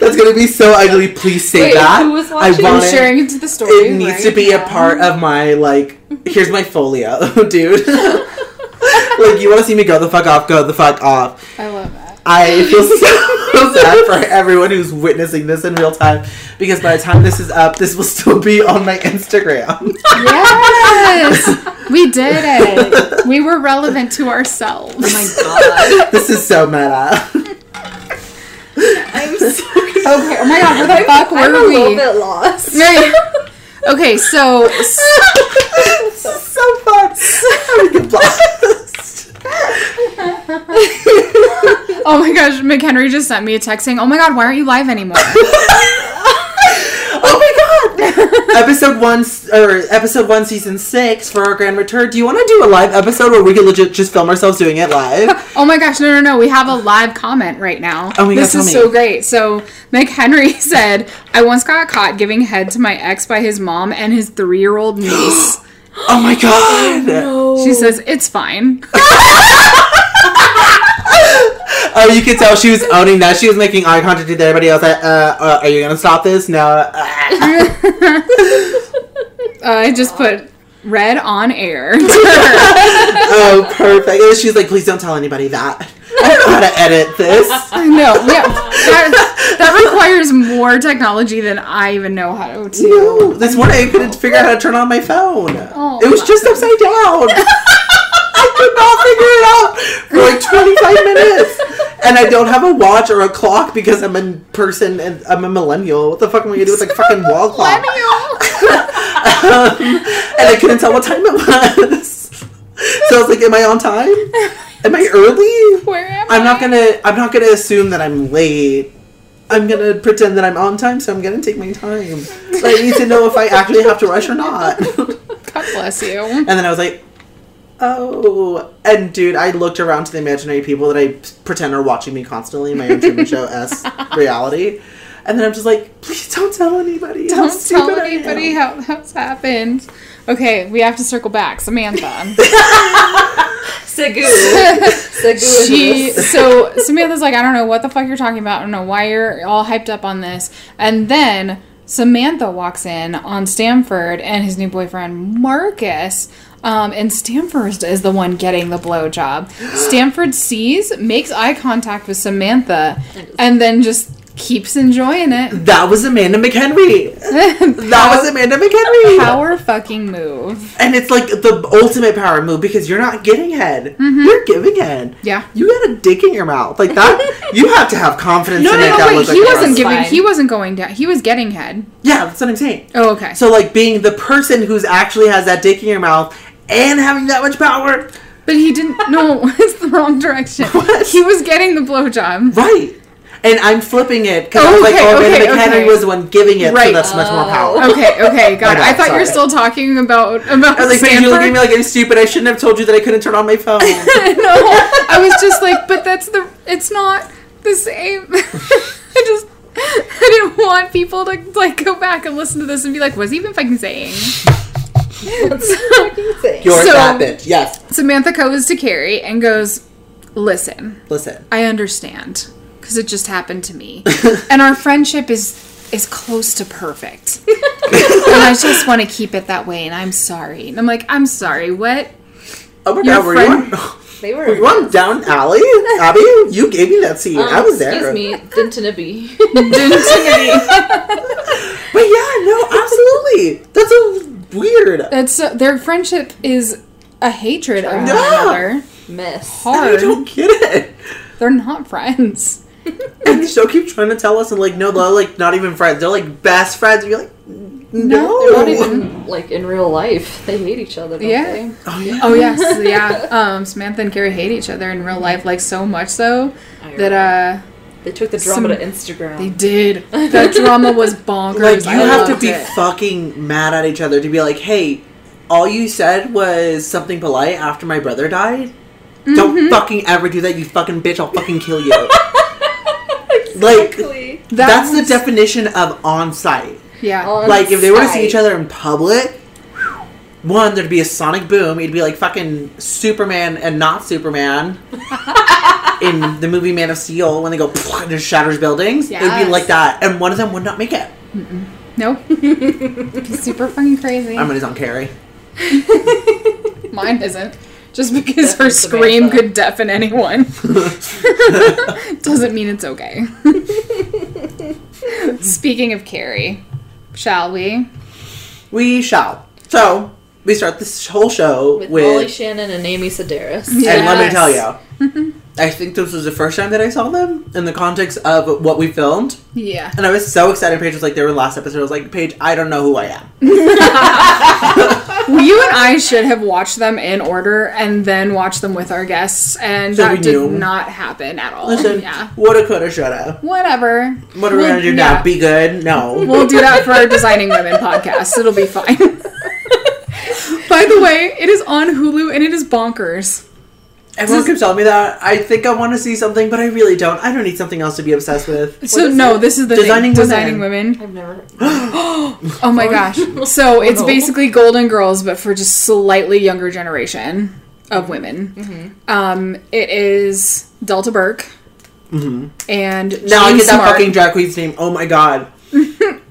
Speaker 2: That's gonna be so ugly. Please say
Speaker 4: Wait,
Speaker 2: that.
Speaker 4: who was
Speaker 2: I
Speaker 4: watching?
Speaker 2: want
Speaker 1: I'm
Speaker 2: it.
Speaker 1: sharing into the story.
Speaker 2: It needs to
Speaker 1: right
Speaker 2: be a
Speaker 1: now.
Speaker 2: part of my like. Here's my folio, dude. like you want to see me go the fuck off, go the fuck off.
Speaker 1: I love that.
Speaker 2: I feel so sad for everyone who's witnessing this in real time because by the time this is up, this will still be on my Instagram.
Speaker 1: Yes, we did it. We were relevant to
Speaker 4: Oh
Speaker 1: ourselves.
Speaker 4: my god.
Speaker 2: this is so meta.
Speaker 4: I'm so
Speaker 1: Okay. Oh my god, where the fuck
Speaker 4: I'm
Speaker 1: were
Speaker 4: a little
Speaker 1: we?
Speaker 4: bit lost.
Speaker 1: Right. Okay, so
Speaker 2: this is so fun. I'm gonna get lost.
Speaker 1: oh my gosh, McHenry just sent me a text saying, "Oh my god, why aren't you live anymore?"
Speaker 2: oh my god! episode one s- or episode one, season six for our grand return. Do you want to do a live episode where we can legit just film ourselves doing it live?
Speaker 1: Oh my gosh, no, no, no. We have a live comment right now.
Speaker 2: Oh my God,
Speaker 1: This
Speaker 2: tell
Speaker 1: is
Speaker 2: me.
Speaker 1: so great. So, McHenry said, I once got caught giving head to my ex by his mom and his three year old niece.
Speaker 2: Oh my god!
Speaker 1: she says, It's fine.
Speaker 2: Oh, you could tell she was owning that. She was making eye contact with everybody else. Like, uh, uh, are you gonna stop this? No. Uh,
Speaker 1: Uh, I just put red on air.
Speaker 2: oh, perfect. And she's like, please don't tell anybody that. I don't know how to edit this.
Speaker 1: I know. Yeah. That, that requires more technology than I even know how to do.
Speaker 2: No, this morning I couldn't figure out how to turn on my phone.
Speaker 1: Oh,
Speaker 2: it was
Speaker 1: my
Speaker 2: just upside down. I could not figure it out for like 25 minutes. And I don't have a watch or a clock because I'm a person and I'm a millennial. What the fuck am I gonna do with like fucking wall clock? Um, and I couldn't tell what time it was. So I was like, am I on time? Am I early?
Speaker 1: Where am
Speaker 2: I'm not gonna I'm not gonna assume that I'm late. I'm gonna pretend that I'm on time, so I'm gonna take my time. But I need to know if I actually have to rush or not. and
Speaker 1: God bless you.
Speaker 2: then I was like, oh. And dude, I looked around to the imaginary people that I pretend are watching me constantly in my own Truman Show s reality. And then I'm just like, please don't tell anybody. how
Speaker 1: Don't tell
Speaker 2: stupid I am."
Speaker 1: anybody how that's happened. Okay, we have to circle back. Samantha.
Speaker 4: Segu. Segu is
Speaker 1: she
Speaker 4: this.
Speaker 1: so Samantha's like, I don't know what the fuck you're talking about. I don't know why you're all hyped up on this. And then Samantha walks in on Stanford and his new boyfriend Marcus. Um, and Stanford is the one getting the blowjob. Stanford sees, makes eye contact with Samantha, and then just keeps enjoying it.
Speaker 2: That was Amanda McHenry. That was Amanda McHenry.
Speaker 1: Power fucking move.
Speaker 2: And it's like the ultimate power move because you're not getting head. You're giving head.
Speaker 1: Mm-hmm. Yeah.
Speaker 2: You got a dick in your mouth. Like that you have to have confidence
Speaker 1: No,
Speaker 2: to make
Speaker 1: no, no,
Speaker 2: that
Speaker 1: wait.
Speaker 2: look
Speaker 1: He
Speaker 2: like a
Speaker 1: wasn't
Speaker 2: thrust.
Speaker 1: giving.
Speaker 4: fine.
Speaker 1: He wasn't going down. He was getting head.
Speaker 2: Yeah, that's what I'm saying.
Speaker 1: Oh, okay.
Speaker 2: So like being the person who's actually has that dick in your mouth and having that much power.
Speaker 1: But he didn't. No, it's the wrong direction.
Speaker 2: What?
Speaker 1: He was getting the blowjob.
Speaker 2: Right. And I'm flipping it because I'm like,
Speaker 1: Okay,
Speaker 2: oh, Amanda
Speaker 1: okay,
Speaker 2: McHenry
Speaker 1: okay.
Speaker 2: was the one giving it, so
Speaker 1: Right. Oh.
Speaker 2: that's much more power.
Speaker 1: Okay, okay, God,
Speaker 2: bad,
Speaker 1: I thought you were still
Speaker 2: sorry.
Speaker 1: talking about about
Speaker 2: I was like, wait, you
Speaker 1: Stanford.
Speaker 2: look at me like I'm stupid. I shouldn't have told you that I couldn't turn on my phone.
Speaker 1: no, I was just like, but that's the. It's not the same. I just. I didn't want people to like go back and listen to this and be like, "Was he even fucking saying?"
Speaker 4: fucking thing.
Speaker 2: You're
Speaker 1: So-
Speaker 2: that bitch. Yes.
Speaker 1: Samantha goes to Carrie and goes, "Listen,
Speaker 2: Listen.
Speaker 1: I understand because it just happened to me, and our friendship is is close to perfect. and I just want to keep it that way, and I'm sorry. And I'm like, I'm sorry. What?
Speaker 2: Oh my
Speaker 1: Your
Speaker 2: god, were
Speaker 1: friend-
Speaker 2: you on-
Speaker 4: They were.
Speaker 2: Were you on Down Alley, Abby? You gave me that scene.
Speaker 4: Um,
Speaker 2: I was there.
Speaker 4: Excuse me, Dintanabi.
Speaker 2: But yeah, no, absolutely. That's a weird.
Speaker 1: That's uh, their friendship is a hatred of one
Speaker 2: Yeah.
Speaker 1: another.
Speaker 4: Miss.
Speaker 2: I
Speaker 1: Hard.
Speaker 2: don't get it.
Speaker 1: They're not friends.
Speaker 2: And the show keeps trying to tell us, and like, no, they're like not even friends. They're like best friends. And you're like, no.
Speaker 1: They're
Speaker 4: Not even like in real life. They hate each other. Don't
Speaker 1: Yeah.
Speaker 4: They?
Speaker 2: Oh yeah.
Speaker 1: Oh yes, yeah. Um, Samantha and Carrie hate each other in real life, like so much so that uh,
Speaker 4: They took the drama
Speaker 1: Some-
Speaker 4: to Instagram.
Speaker 1: they did. That drama was bonkers.
Speaker 2: Like you
Speaker 1: I
Speaker 2: have to
Speaker 1: loved
Speaker 2: be
Speaker 1: it.
Speaker 2: fucking mad at each other to be like, hey, all you said was something polite after my brother died. Don't fucking ever do that, you fucking bitch. I'll fucking kill you. Like
Speaker 4: Exactly.
Speaker 1: That
Speaker 2: that's the
Speaker 1: was-
Speaker 2: definition of on site.
Speaker 1: Yeah.
Speaker 4: On
Speaker 2: Like if they were to
Speaker 4: site.
Speaker 2: see each other in public, one there'd be a sonic boom. It'd be like fucking Superman and not Superman in the movie Man of Steel when they go and it shatters buildings. It'd
Speaker 1: Yes.
Speaker 2: be like that, and one of them would not make it.
Speaker 1: Nope. Super fucking crazy.
Speaker 2: I'm gonna on Carrie.
Speaker 1: Mine isn't. Just because her
Speaker 4: Definitely
Speaker 1: scream
Speaker 4: Samantha.
Speaker 1: could deafen anyone doesn't mean it's okay. Speaking of Carrie, shall we?
Speaker 2: We shall. So we start this whole show
Speaker 4: with,
Speaker 2: with,
Speaker 4: Molly Shannon and Amy Sedaris.
Speaker 2: and let me
Speaker 1: Yes.
Speaker 2: tell you, I think this was the first time that I saw them in the context of what we filmed,
Speaker 1: Yeah.
Speaker 2: and I was so excited. Paige was like, "They were last episode." I was like, "Paige, I don't know who I am."
Speaker 1: Well, you and I should have watched them in order and then watched them with our guests, and
Speaker 2: So we
Speaker 1: that did
Speaker 2: knew.
Speaker 1: not happen at all.
Speaker 2: Listen,
Speaker 1: Yeah.
Speaker 2: woulda, coulda, shoulda.
Speaker 1: Whatever.
Speaker 2: What are we
Speaker 1: We'll-
Speaker 2: gonna do
Speaker 1: yeah.
Speaker 2: now? Be good? No.
Speaker 1: We'll do that for our Designing Women podcast. It'll be fine. By the way, it is on Hulu and it is bonkers.
Speaker 2: Everyone keeps telling me that. I think I want to see something, but I really don't. I don't need something else to be obsessed with.
Speaker 1: So
Speaker 4: is
Speaker 1: no,
Speaker 4: it?
Speaker 1: this is the
Speaker 2: Designing
Speaker 1: thing.
Speaker 2: Women.
Speaker 1: Designing Women.
Speaker 4: I've never.
Speaker 1: Oh my gosh. So it's
Speaker 4: no.
Speaker 1: basically Golden Girls, but for just slightly younger generation of women. Um, it is Delta Burke. And
Speaker 2: Mm-hmm. Now I
Speaker 1: Jean
Speaker 2: get that
Speaker 1: Smart.
Speaker 2: fucking drag queen's name. Oh my god.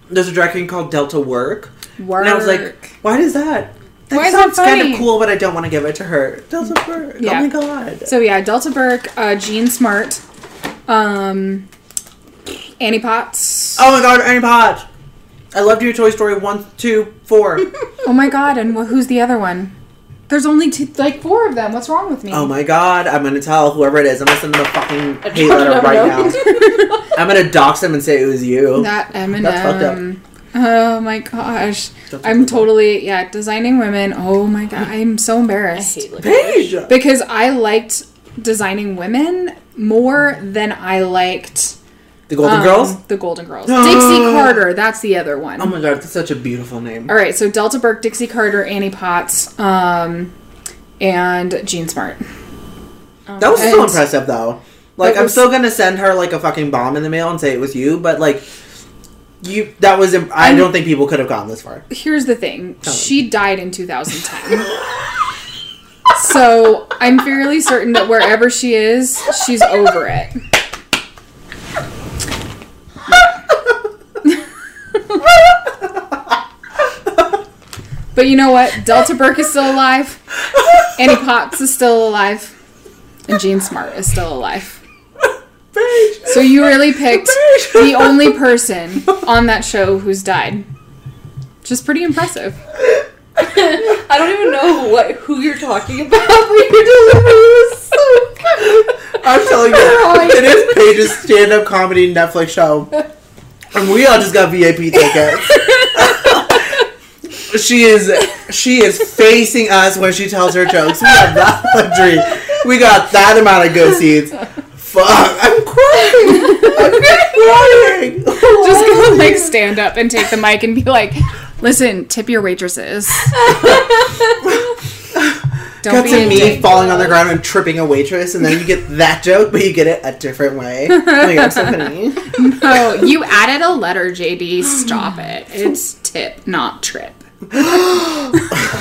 Speaker 2: There's a drag queen called Delta Work.
Speaker 1: work.
Speaker 2: And I was like, why does that? That
Speaker 1: Why is
Speaker 2: sounds
Speaker 1: that funny? Mm-hmm.
Speaker 2: kind of cool, but I don't want to give it to her. Delta Burke.
Speaker 1: Yeah.
Speaker 2: Oh my god.
Speaker 1: so yeah, Delta Burke, uh, Jean Smart, um, Annie Potts.
Speaker 2: oh my god, Ernie Potts. I loved your Toy Story 1, 2, 4.
Speaker 1: Oh my god! And wh- who's the other one? There's only two, like four of them. What's wrong with me?
Speaker 2: oh my god, I'm going to tell whoever it is. I'm going to send them a fucking hate
Speaker 4: don't
Speaker 2: letter right
Speaker 4: know.
Speaker 2: now. I'm going to dox them and say it was you.
Speaker 1: That Eminem.
Speaker 2: fucked up.
Speaker 1: Oh my gosh.
Speaker 2: That's
Speaker 1: I'm
Speaker 2: fucked up.
Speaker 1: totally yeah, designing women. Oh my god, I'm so embarrassed.
Speaker 4: Hate like,
Speaker 2: Paige!
Speaker 1: because I liked designing women more than I liked
Speaker 2: The Golden
Speaker 1: um,
Speaker 2: Girls?
Speaker 1: The Golden Girls. Dixie Carter, that's the other one.
Speaker 2: Oh my god, that's such a beautiful name.
Speaker 1: All right, so Delta Burke, Dixie Carter, Annie Potts, um, and Jean Smart.
Speaker 2: That was so
Speaker 1: um, And-
Speaker 2: impressive, though. Like,
Speaker 1: It
Speaker 2: I'm
Speaker 1: was-
Speaker 2: still gonna send her like a fucking bomb in the mail and say it was you, but like, you that was. Im- I
Speaker 1: I'm-
Speaker 2: don't think people could have gotten this far.
Speaker 1: Here's the thing.
Speaker 2: me.
Speaker 1: She died in 2010. so, I'm fairly certain that wherever she is, she's over it. But you know what? Delta Burke is still alive. Annie Potts is still alive. And Jean Smart is still alive. So you really picked the only person on that show who's died. Which is pretty impressive.
Speaker 4: I don't even know what who you're talking about, but your delivery was so good.
Speaker 2: I'm telling you, it is Paige's stand-up comedy Netflix show, and we all just got VIP tickets. she is she is facing us when she tells her jokes. We have that luxury. We got that amount of good seats. Fuck, I'm crying. I'm crying.
Speaker 1: Just go like stand up and take the mic and be like, listen, tip your waitresses. Don't
Speaker 2: Cut
Speaker 1: be
Speaker 2: to
Speaker 1: a
Speaker 2: me
Speaker 1: dick.
Speaker 2: falling on the ground and tripping a waitress, and then you get that joke, but you get it a different way. Oh my god, so funny.
Speaker 1: Oh, you added a letter, JD. Stop it. It's tip, not trip.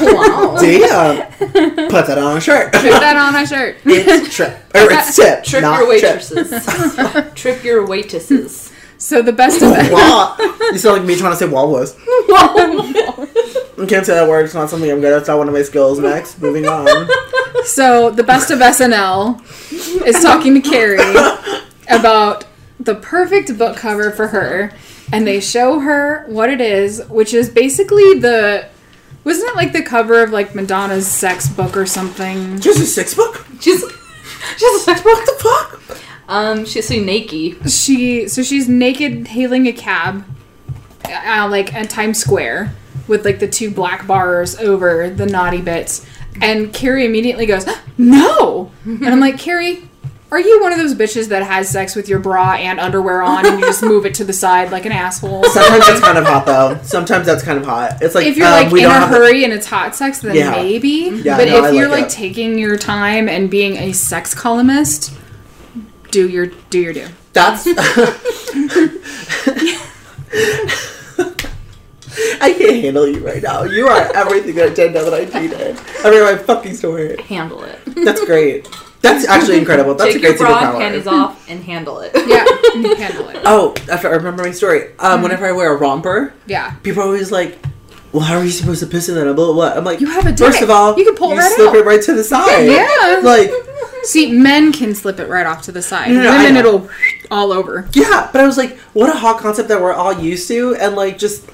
Speaker 4: Wow.
Speaker 2: Damn. Put that on a shirt.
Speaker 1: Put that on a shirt.
Speaker 2: It's trip. Or it's tip.
Speaker 4: Trip
Speaker 2: not
Speaker 4: your
Speaker 2: trip.
Speaker 4: waitresses. Trip your waitresses.
Speaker 1: So the best of
Speaker 2: Wah. You sound like me trying to say wall was. I can't say that word. It's not something I'm good at. It's not one of my skills. Next, moving on.
Speaker 1: so the best of SNL is talking to Carrie about the perfect book cover for her, and they show her what it is, which is basically the wasn't it like the cover of like Madonna's sex book or something?
Speaker 2: Just a six book.
Speaker 4: She's she's a sex
Speaker 2: What the fuck?
Speaker 4: Um, she's so naked.
Speaker 1: She so she's naked hailing a cab, uh, like at Times Square with like the two black bars over the naughty bits, and Carrie immediately goes, "No!" and I'm like, Carrie. Are you one of those bitches that has sex with your bra and underwear on and you just move it to the side like an asshole?
Speaker 2: Sometimes that's kind of hot though. Sometimes that's kind of hot. It's like
Speaker 1: if you're
Speaker 2: um,
Speaker 1: like
Speaker 2: we
Speaker 1: in
Speaker 2: don't
Speaker 1: a
Speaker 2: have the-
Speaker 1: hurry and it's hot sex, then
Speaker 2: Yeah.
Speaker 1: maybe.
Speaker 2: Yeah,
Speaker 1: but
Speaker 2: no, I
Speaker 1: if you're
Speaker 2: like
Speaker 1: like
Speaker 2: it.
Speaker 1: taking your time and being a sex columnist, do your do your do.
Speaker 2: That's. I can't handle you right now. You are everything that I did now that I cheated. I mean, I fucking swear.
Speaker 4: Handle it.
Speaker 2: That's great. That's actually incredible. That's
Speaker 4: Take
Speaker 2: a
Speaker 4: your
Speaker 2: great
Speaker 4: bra, panties
Speaker 2: superpower.
Speaker 4: off, and handle it.
Speaker 1: Yeah, you handle it.
Speaker 2: Oh, I f- I remember my story. Um,
Speaker 1: Hmm.
Speaker 2: Whenever I wear a romper,
Speaker 1: Yeah.
Speaker 2: people are always like, "Well, how are you supposed to piss in that?" Blah, blah, blah. I'm like,
Speaker 1: You have a
Speaker 2: First
Speaker 1: dick.
Speaker 2: of all,
Speaker 1: You can pull it right
Speaker 2: slip
Speaker 1: out."
Speaker 2: it right to the side.
Speaker 1: Yeah.
Speaker 2: Like,
Speaker 1: See, men can slip it right off to the side.
Speaker 2: No, no, no, I
Speaker 1: Women,
Speaker 2: know.
Speaker 1: it'll all over.
Speaker 2: yeah. But I was like, what a hot concept that we're all used to, and like, just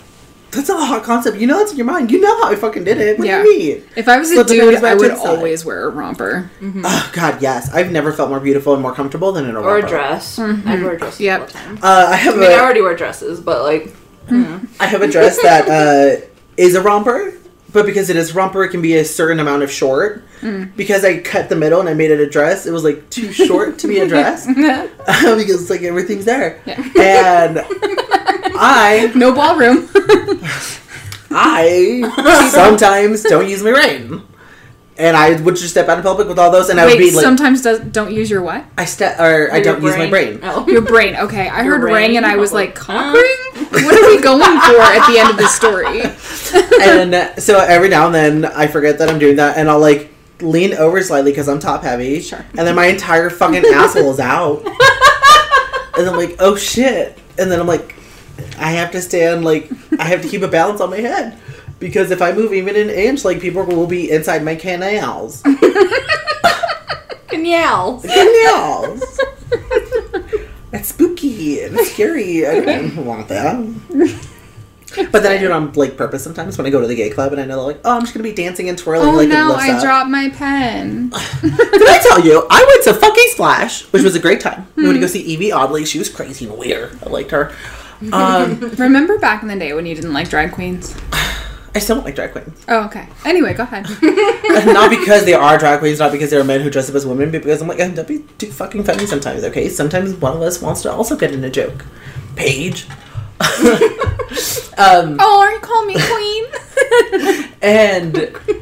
Speaker 2: that's not a hot concept. You know, it's in your mind. You know how I fucking did it. What
Speaker 1: Yeah.
Speaker 2: do you mean?
Speaker 1: If I was a
Speaker 2: Slip the
Speaker 1: dude,
Speaker 2: panties back
Speaker 1: I
Speaker 2: to
Speaker 1: would
Speaker 2: the side.
Speaker 1: always wear a romper.
Speaker 2: Oh God, yes. I've never felt more beautiful and more comfortable than in a
Speaker 4: Or a
Speaker 2: romper.
Speaker 4: dress. I wear dresses
Speaker 1: Mm-hmm. Yep.
Speaker 4: all the time.
Speaker 2: Uh, I have
Speaker 4: I mean, I
Speaker 2: a
Speaker 4: already wear dresses, but like,
Speaker 2: I have a dress that uh, is a romper, but because it is romper, it can be a certain amount of short. Because I cut the middle and I made it a dress, it was like too short to be a dress Um, because like everything's there. And I
Speaker 1: No ballroom.
Speaker 2: I sometimes don't use my ring. And I would just step out in public with all those, and I would
Speaker 1: Wait,
Speaker 2: be like,
Speaker 1: sometimes does, don't use your what?
Speaker 2: I step or I
Speaker 4: your
Speaker 2: don't use my brain.
Speaker 4: Oh.
Speaker 1: Your brain. Okay, I heard
Speaker 4: brain.
Speaker 1: ring and I was
Speaker 4: Oh.
Speaker 1: like, cock ring? What are we going for at the end of this story?
Speaker 2: and uh, so every now and then I forget that I'm doing that, and I'll like lean over slightly because I'm top heavy.
Speaker 1: Sure.
Speaker 2: And then my entire fucking asshole is out. and I'm like, oh shit. And then I'm like, I have to stand like I have to keep a balance on my head because if I move even an inch, like people will be inside my canals.
Speaker 4: Canals.
Speaker 2: Canals. That's spooky and scary. I don't want that. But then I do it on like purpose sometimes when I go to the gay club and I know they're like, oh, I'm just gonna be dancing and twirling.
Speaker 1: Oh
Speaker 2: like, it
Speaker 1: no,
Speaker 2: lifts
Speaker 1: I
Speaker 2: up.
Speaker 1: dropped my pen.
Speaker 2: Did I tell you? I went to fucking Splash, which was a great time. We went to go
Speaker 1: Hmm.
Speaker 2: see Evie Oddly. She was crazy and weird. I liked her. Um,
Speaker 1: Remember back in the day when you didn't like drag queens?
Speaker 2: I still don't like drag queens.
Speaker 1: Oh, okay. Anyway, go ahead.
Speaker 2: not because they are drag queens, not because they're men who dress up as women, but because I'm like, I'm be too fucking funny sometimes, okay? Sometimes one of us wants to also get in a joke. Paige. um,
Speaker 1: oh, are you calling me queen?
Speaker 2: and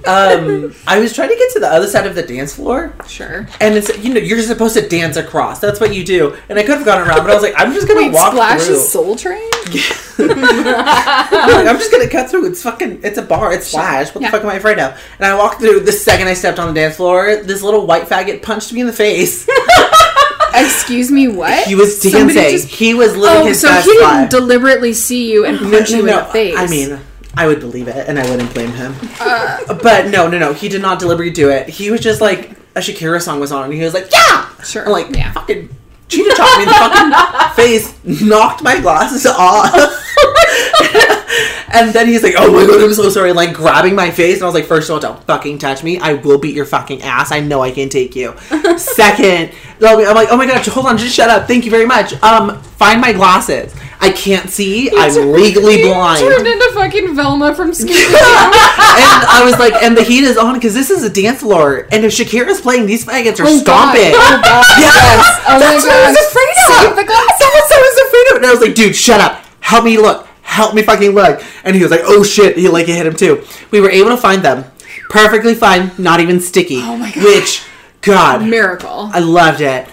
Speaker 2: um, I was trying to get to the other side of the dance floor,
Speaker 1: sure.
Speaker 2: and it's, you know, you're supposed to dance across. That's what you do. And I could have gone around, but I was like, I'm just gonna
Speaker 1: Wait,
Speaker 2: walk
Speaker 1: Splash
Speaker 2: through.
Speaker 1: is Soul Train?
Speaker 2: I'm like, I'm just gonna cut through. It's fucking. It's a bar. It's Splash. What
Speaker 1: Yeah.
Speaker 2: the fuck am I afraid of? And I walked through. The second I stepped on the dance floor, this little white faggot punched me in the face.
Speaker 1: Excuse me, what?
Speaker 2: He was dancing.
Speaker 1: Somebody just-
Speaker 2: he was living
Speaker 1: oh,
Speaker 2: his
Speaker 1: so
Speaker 2: best
Speaker 1: he didn't
Speaker 2: life.
Speaker 1: deliberately see you and punch you in the face.
Speaker 2: I mean, I would believe it, and I wouldn't blame him.
Speaker 1: Uh.
Speaker 2: but no, no, no. He did not deliberately do it. He was just like a Shakira song was on, and he was like, "Yeah,
Speaker 1: Sure,
Speaker 2: I'm like,
Speaker 1: yeah.
Speaker 2: fucking. Cheetah chopped me in the fucking face, knocked my glasses off. and then he's like, oh my god, I'm so sorry. Like, grabbing my face. And I was like, first of all, don't fucking touch me. I will beat your fucking ass. I know I can take you. Second, they'll be- I'm like, oh my god, hold on, just shut up. Thank you very much. Um, Find my glasses. I can't see. I'm legally blind.
Speaker 1: Turned into fucking Velma from Scooby.
Speaker 2: and I was like, and the heat is on because this is a dance floor. And if Shakira's playing, these faggots are
Speaker 1: Oh, God.
Speaker 2: stomping.
Speaker 1: Oh, God.
Speaker 2: Yes,
Speaker 1: Oh, my
Speaker 2: that's what I was
Speaker 1: gosh.
Speaker 2: afraid of.
Speaker 1: Save the glasses.
Speaker 2: That's what I was afraid of. And I was like, dude, shut up. Help me look. Help me fucking look. And he was like, oh shit. He like hit him too. We were able to find them, perfectly fine, not even sticky. Oh
Speaker 1: my God.
Speaker 2: Which, God,
Speaker 1: Miracle.
Speaker 2: I loved it.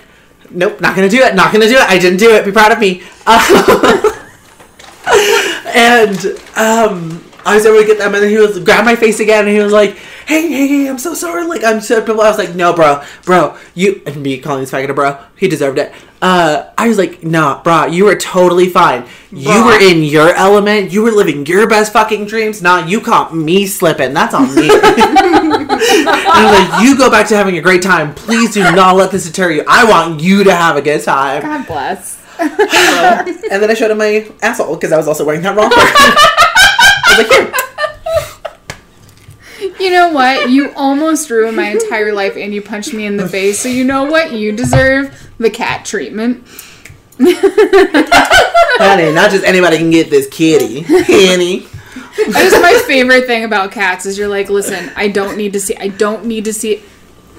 Speaker 2: Nope, not gonna do it. Not gonna do it. I didn't do it. Be proud of me. Uh, and um, I was able to get them, and then he was grab my face again, and he was like, hey, hey, hey, I'm so sorry. Like, I'm so. blah, blah." I was like, no, bro, bro, you and me calling this faggot a bro. He deserved it. Uh, I was like, nah, bro, you were totally fine. You
Speaker 1: Bruh.
Speaker 2: were in your element. You were living your best fucking dreams. Nah, you caught me slipping. That's on me. And I'm like, you go back to having a great time. Please do not let this deter you. I want you to have a good time.
Speaker 1: God bless.
Speaker 2: And then I showed him my asshole because I was also wearing that romper. I was like, here.
Speaker 1: You know what? You almost ruined my entire life and you punched me in the face. So you know what? You deserve the cat treatment.
Speaker 2: Honey, not just anybody can get this kitty. Henny.
Speaker 1: That is my favorite thing about cats is you're like, listen, I don't need to see I don't need to see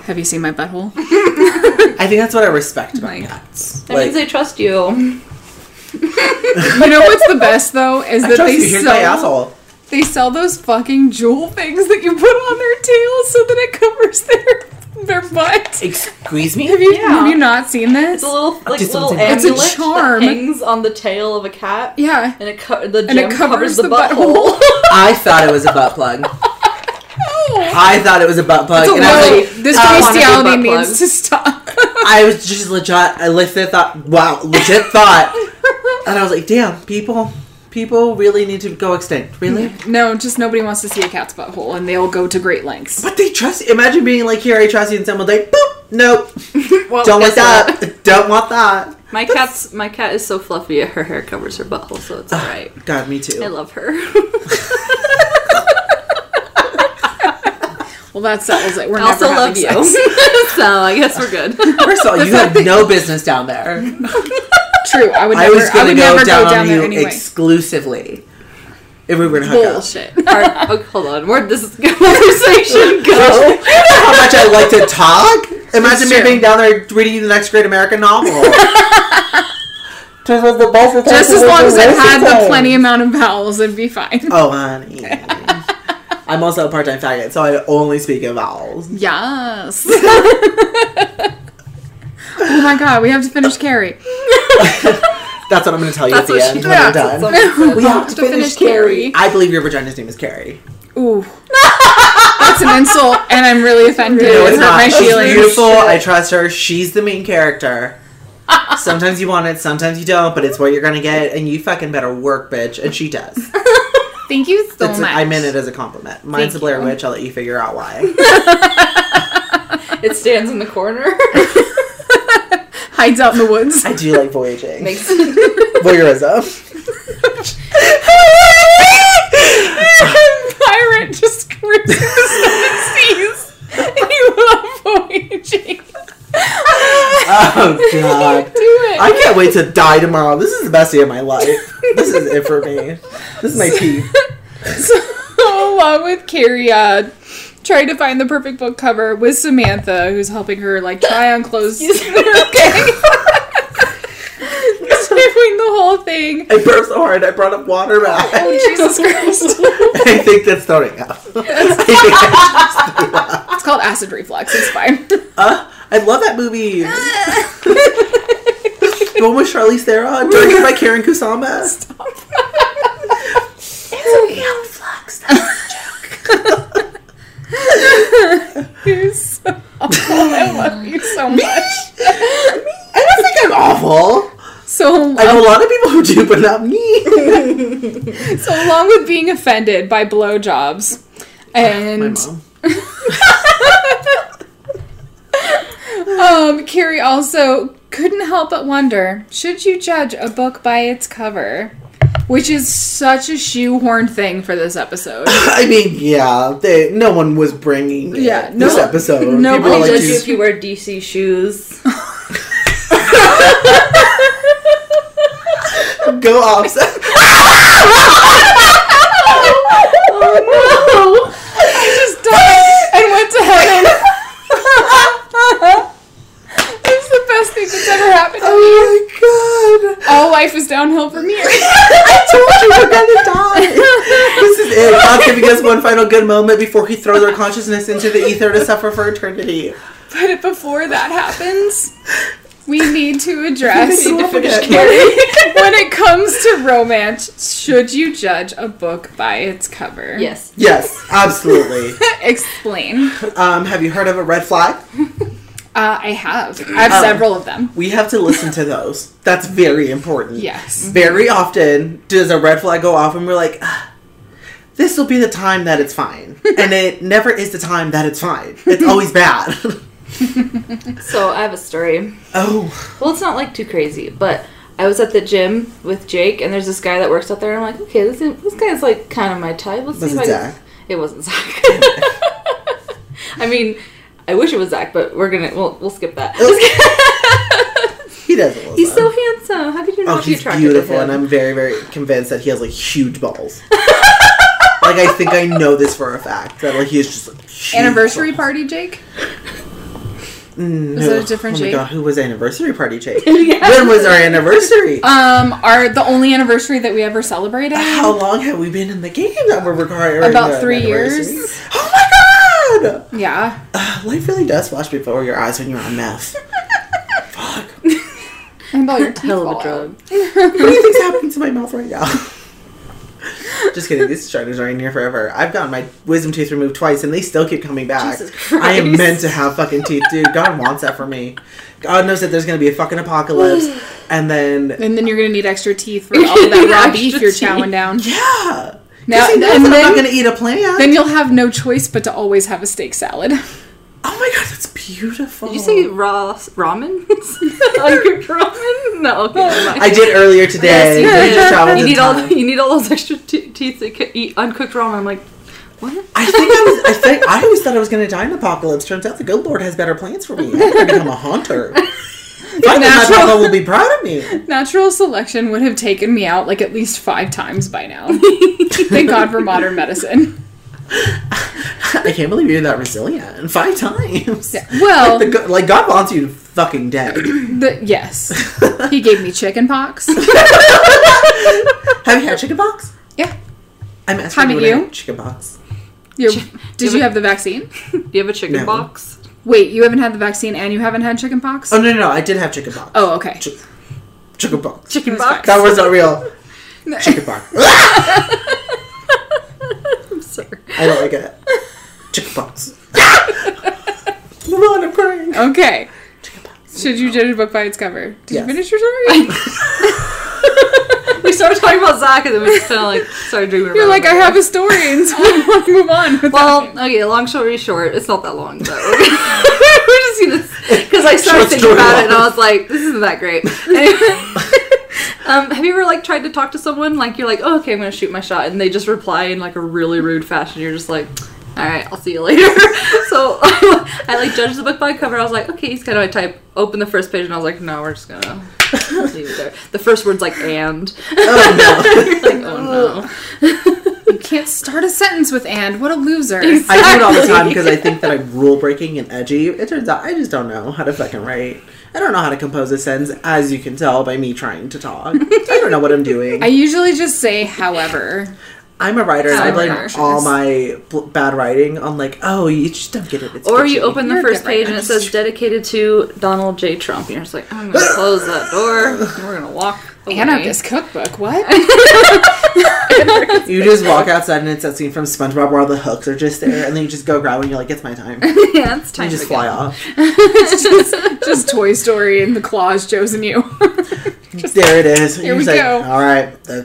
Speaker 1: Have you seen my butthole?
Speaker 2: I think that's what I respect about
Speaker 1: Like-
Speaker 2: cats.
Speaker 4: That
Speaker 2: Like,
Speaker 4: means they trust you.
Speaker 1: You know what's the best though? Is
Speaker 2: I
Speaker 1: that
Speaker 2: trust
Speaker 1: they
Speaker 2: you. Here's my
Speaker 1: sell
Speaker 2: asshole.
Speaker 1: they sell those fucking jewel things that you put on their tails so that it covers their their butt.
Speaker 2: Excuse me?
Speaker 1: Have you
Speaker 4: Yeah.
Speaker 1: have you not seen this?
Speaker 4: It's a little like
Speaker 2: just
Speaker 4: little
Speaker 2: something-
Speaker 1: It's a
Speaker 4: amulet
Speaker 1: charm.
Speaker 4: that hangs on the tail of a cat,
Speaker 1: yeah.
Speaker 4: and it co- the
Speaker 1: And
Speaker 4: gem
Speaker 1: it covers
Speaker 4: covers, the
Speaker 1: the butthole.
Speaker 4: butthole.
Speaker 2: I thought it was a butt plug. I thought it was a butt plug.
Speaker 1: It's a
Speaker 2: and I was
Speaker 1: low.
Speaker 2: like,
Speaker 1: this
Speaker 4: I wanna be
Speaker 1: bestiality
Speaker 4: butt
Speaker 1: needs
Speaker 4: plugs.
Speaker 1: to stop.
Speaker 2: I was just legit. I legit thought, wow, legit thought, and I was like, damn, people, people really need to go extinct, really.
Speaker 1: No, just nobody wants to see a cat's butthole, and they'll go to great lengths.
Speaker 2: But they trust. Imagine being like, here, I trust you, and someone's like, boop, nope,
Speaker 1: Oh,
Speaker 4: Well,
Speaker 2: don't want
Speaker 4: guess what?
Speaker 2: that, don't want that.
Speaker 4: My cat's my cat is so fluffy. Her hair covers her butthole, so it's all right.
Speaker 2: God, me
Speaker 4: I
Speaker 2: too.
Speaker 4: love her.
Speaker 1: Well, that settles it. We're
Speaker 4: I
Speaker 1: never
Speaker 4: also love
Speaker 1: having
Speaker 4: you.
Speaker 1: sex.
Speaker 4: so I guess we're good.
Speaker 2: First of all, you have no business down there.
Speaker 1: True, I would
Speaker 2: I
Speaker 1: never.
Speaker 2: was
Speaker 1: I,
Speaker 2: gonna
Speaker 1: would
Speaker 2: go,
Speaker 1: never
Speaker 2: down
Speaker 1: go down
Speaker 2: on
Speaker 1: there
Speaker 2: you
Speaker 1: anyway.
Speaker 2: exclusively if we were gonna hook up.
Speaker 1: Bullshit.
Speaker 4: Our- oh, hold on. Where'd this conversation go?
Speaker 2: How much I like to talk. Imagine
Speaker 1: It's
Speaker 2: me
Speaker 1: true.
Speaker 2: being down there reading the next great American novel. Just as the both of
Speaker 1: Just
Speaker 2: us
Speaker 1: as
Speaker 2: were
Speaker 1: long as it had the
Speaker 2: listening.
Speaker 1: plenty amount of vowels, it'd be fine.
Speaker 2: Oh, honey. I'm also a part-time faggot, so I only speak in vowels.
Speaker 1: Yes. oh my god, we have to finish Carrie.
Speaker 2: That's what I'm going to tell you
Speaker 4: That's
Speaker 2: at the
Speaker 4: what
Speaker 2: end
Speaker 4: she
Speaker 2: when we're
Speaker 1: that's
Speaker 2: done.
Speaker 4: Someone
Speaker 2: We
Speaker 4: said-
Speaker 2: have to, finish,
Speaker 1: finish
Speaker 2: Carrie.
Speaker 1: Carrie.
Speaker 2: I believe your vagina's name is Carrie.
Speaker 1: Ooh, that's an insult, and I'm really offended.
Speaker 2: No,
Speaker 1: it
Speaker 2: it's
Speaker 1: hurt
Speaker 2: not.
Speaker 1: my
Speaker 2: She's
Speaker 1: feelings.
Speaker 2: beautiful. I trust her. She's the main character. Sometimes you want it, sometimes you don't, but it's what you're going to get, and you fucking better work, bitch. And she does.
Speaker 1: Thank you so
Speaker 2: It's-
Speaker 1: much.
Speaker 2: I meant it as a compliment. Mine's
Speaker 1: Thank
Speaker 2: a Blair
Speaker 1: you.
Speaker 2: Witch. I'll let you figure out why.
Speaker 4: It stands in the corner.
Speaker 1: Hides out in the woods.
Speaker 2: I do like voyaging.
Speaker 4: Makes
Speaker 2: Voyeurism.
Speaker 1: pirate just cruising the seas. You love voyaging.
Speaker 2: Oh, God.
Speaker 1: Do it.
Speaker 2: I can't wait to die tomorrow. This is the best day of my life. This is it for me. This is my peak.
Speaker 1: so along with Carrie, uh, trying to find the perfect book cover with Samantha, who's helping her like try on clothes. okay. Doing the whole thing.
Speaker 2: I burped so hard I brought up water back.
Speaker 1: Oh Jesus Christ!
Speaker 2: I think that's throwing up. I,
Speaker 1: It's called acid reflux. It's fine.
Speaker 2: uh, I love that movie. the one with Charlize Theron, directed by Karen Kusama.
Speaker 1: You're so awful. I love you so much.
Speaker 2: I don't think I'm awful.
Speaker 1: So
Speaker 2: I know a lot of people who do, but not me.
Speaker 1: so along with being offended by blowjobs,
Speaker 2: Ah, My
Speaker 1: and
Speaker 2: mom.
Speaker 1: um, Carrie also couldn't help but wonder: should you judge a book by its cover? Which is such a shoehorn thing for this episode.
Speaker 2: I mean, yeah, they, no one was bringing it
Speaker 1: Yeah, no-
Speaker 2: this episode.
Speaker 1: no
Speaker 2: People
Speaker 1: one
Speaker 2: were like,
Speaker 1: judged
Speaker 2: you-
Speaker 1: you
Speaker 4: if you wear DC shoes.
Speaker 2: Go offset.
Speaker 1: just died and went to heaven. it's the best thing that's ever happened to me.
Speaker 2: Oh my god.
Speaker 1: All life is downhill from here.
Speaker 2: I told you we're gonna die. This is it. God giving us one final good moment before he throws our consciousness into the ether to suffer for eternity.
Speaker 1: But before that happens, we need to address
Speaker 2: Go up again.
Speaker 1: when it comes to romance, should you judge a book by its cover?
Speaker 4: Yes.
Speaker 2: Yes, absolutely.
Speaker 1: Explain.
Speaker 2: um, have you heard of a red flag?
Speaker 1: Uh, I have. I
Speaker 4: Um,
Speaker 1: have several of them.
Speaker 2: We have to listen to those. That's very important.
Speaker 1: Yes.
Speaker 2: Very often does a red flag go off and we're like, "Ah, this will be the time that it's fine. and it never is the time that it's fine. It's always bad.
Speaker 4: So I have a story.
Speaker 2: oh.
Speaker 4: Well, it's not like too crazy, but I was at the gym with Jake, and there's this guy that works out there. And I'm like, okay, this is, this guy's like kind of my type. Let's
Speaker 2: Was
Speaker 4: see if
Speaker 2: it
Speaker 4: I can-
Speaker 2: Zach?
Speaker 4: It wasn't Zach. I mean, I wish it was Zach, but we're gonna we'll we'll skip that.
Speaker 2: He doesn't listen.
Speaker 4: He's so handsome. How could you
Speaker 2: Oh,
Speaker 4: not be
Speaker 2: he's
Speaker 4: attracted
Speaker 2: beautiful,
Speaker 4: to
Speaker 2: and
Speaker 4: him?
Speaker 2: I'm very, very convinced that he has like huge balls. like I think I know this for a fact that like he is just like, huge
Speaker 1: Anniversary
Speaker 2: balls.
Speaker 1: party, Jake?
Speaker 2: No.
Speaker 1: that a different
Speaker 2: Oh my
Speaker 1: Jake?
Speaker 2: god, who was anniversary party Jake? When was our anniversary?
Speaker 1: Um, are the only anniversary that we ever celebrated?
Speaker 2: How long have we been in the game that we're recording?
Speaker 1: About
Speaker 2: our
Speaker 1: three
Speaker 2: anniversary?
Speaker 1: years.
Speaker 2: Oh my god!
Speaker 1: Yeah.
Speaker 2: Uh, life really does flash before your eyes when you're on meth. Fuck. What
Speaker 1: And about your teeth
Speaker 4: Hell of
Speaker 1: fall
Speaker 4: a
Speaker 1: out.
Speaker 4: drug.
Speaker 2: do you think's happening to my mouth right now? Just kidding. These shiners are in here forever. I've gotten my wisdom teeth removed twice, and they still keep coming back.
Speaker 4: Jesus
Speaker 2: I am
Speaker 4: Christ.
Speaker 2: meant to have fucking teeth, dude. God wants that for me. God knows that there's gonna be a fucking apocalypse, and then
Speaker 1: And then you're gonna need extra teeth for all of that raw beef
Speaker 4: Extra
Speaker 1: you're
Speaker 4: teeth.
Speaker 1: chowing down.
Speaker 2: yeah.
Speaker 1: Now-
Speaker 2: Now, he knows
Speaker 1: and
Speaker 2: that I'm
Speaker 1: then-
Speaker 2: not gonna eat a plant.
Speaker 1: Then you'll have no choice but to always have a steak salad.
Speaker 2: oh my god, that's beautiful.
Speaker 4: Did you say raw s- ramen? Uncooked ramen? No, okay, never mind.
Speaker 2: I did earlier today.
Speaker 1: Yes, you
Speaker 2: Just
Speaker 1: did.
Speaker 2: traveled
Speaker 4: you
Speaker 2: in
Speaker 4: need all
Speaker 2: time.
Speaker 4: you need all those extra te- teeth to c- eat uncooked ramen. I'm like, what?
Speaker 2: I think I was. I think I always thought I was going to die in an apocalypse. Turns out the good Lord has better plans for me. I'm going to become a haunter. My
Speaker 1: Natural.
Speaker 2: grandma will be proud of me.
Speaker 1: Natural selection would have taken me out like at least five times by now. Thank God for modern medicine.
Speaker 2: I can't believe you're that resilient. Five times.
Speaker 1: Yeah, well-
Speaker 2: like, the go- like, God wants you fucking dead.
Speaker 1: The, yes, he gave me chicken pox.
Speaker 2: have you had chicken pox?
Speaker 1: Yeah.
Speaker 2: I'm asking
Speaker 1: Haven't
Speaker 2: when I
Speaker 1: you?
Speaker 2: had Chicken pox.
Speaker 1: Your,
Speaker 4: do
Speaker 1: did
Speaker 4: we-
Speaker 1: you have the vaccine?
Speaker 4: Do you have a chicken
Speaker 2: No.
Speaker 4: box?
Speaker 1: Wait, you haven't had the vaccine and you haven't had chicken pox?
Speaker 2: Oh no, no, no, I did have chicken pox.
Speaker 1: Oh, okay.
Speaker 2: Chi- chicken pox.
Speaker 4: Chicken
Speaker 1: That's
Speaker 4: box.
Speaker 2: That was not real. Chicken pox.
Speaker 4: I'm sorry.
Speaker 2: I don't like it. Chicken pox. Move on, I'm crying.
Speaker 1: Okay. Should you judge a book by its cover? Did
Speaker 2: Yes.
Speaker 1: you finish your story?
Speaker 4: We started talking about Zach, and then we just kind of like started dreaming.
Speaker 1: You're
Speaker 4: about
Speaker 1: like,
Speaker 4: him.
Speaker 1: I have a story, and so I want to move on. with
Speaker 4: Well,
Speaker 1: that.
Speaker 4: okay. Long story short, it's not that long though. We're just gonna because I started
Speaker 2: Short
Speaker 4: thinking
Speaker 2: story
Speaker 4: about it, and I
Speaker 2: long.
Speaker 4: was like, this isn't that great. Anyway, um, have you ever like tried to talk to someone like you're like, oh, okay, I'm gonna shoot my shot, and they just reply in like a really rude fashion? You're just like. All right, I'll see you later. so I like judged the book by cover. I was like, okay, he's kind of my type. Open the first page, and I was like, no, we're just gonna leave it there. The first word's like and. Oh no! like, oh no!
Speaker 1: you can't start a sentence with and. What a loser.
Speaker 2: I do it all the time because I think that I'm rule breaking and edgy. It turns out I just don't know how to fucking write. I don't know how to compose a sentence, as you can tell by me trying to talk. I don't know what I'm doing.
Speaker 1: I usually just say, however.
Speaker 2: I'm a writer, and I blame
Speaker 4: However.
Speaker 2: all my bl- bad writing on like, oh, you just don't get it. It's
Speaker 4: Or you
Speaker 2: bitchy.
Speaker 4: open the
Speaker 1: You're a
Speaker 4: first
Speaker 1: good
Speaker 4: page and
Speaker 1: writer.
Speaker 4: it says dedicated to Donald J. Trump. And you're just like, I'm gonna close that door. and We're gonna walk away.
Speaker 1: Anarchist cookbook, what?
Speaker 2: You just walk outside, and it's that scene from SpongeBob where all the hooks are just there, and then you just go grab, one, and you're like, it's my time. You
Speaker 4: yeah, it's time
Speaker 2: just
Speaker 4: to go.
Speaker 2: fly off.
Speaker 1: just Toy Story and the claws, Joe's and you.
Speaker 2: there it is.
Speaker 1: Here
Speaker 2: You're
Speaker 1: we
Speaker 2: just like,
Speaker 1: go.
Speaker 2: All right, the
Speaker 4: Uh,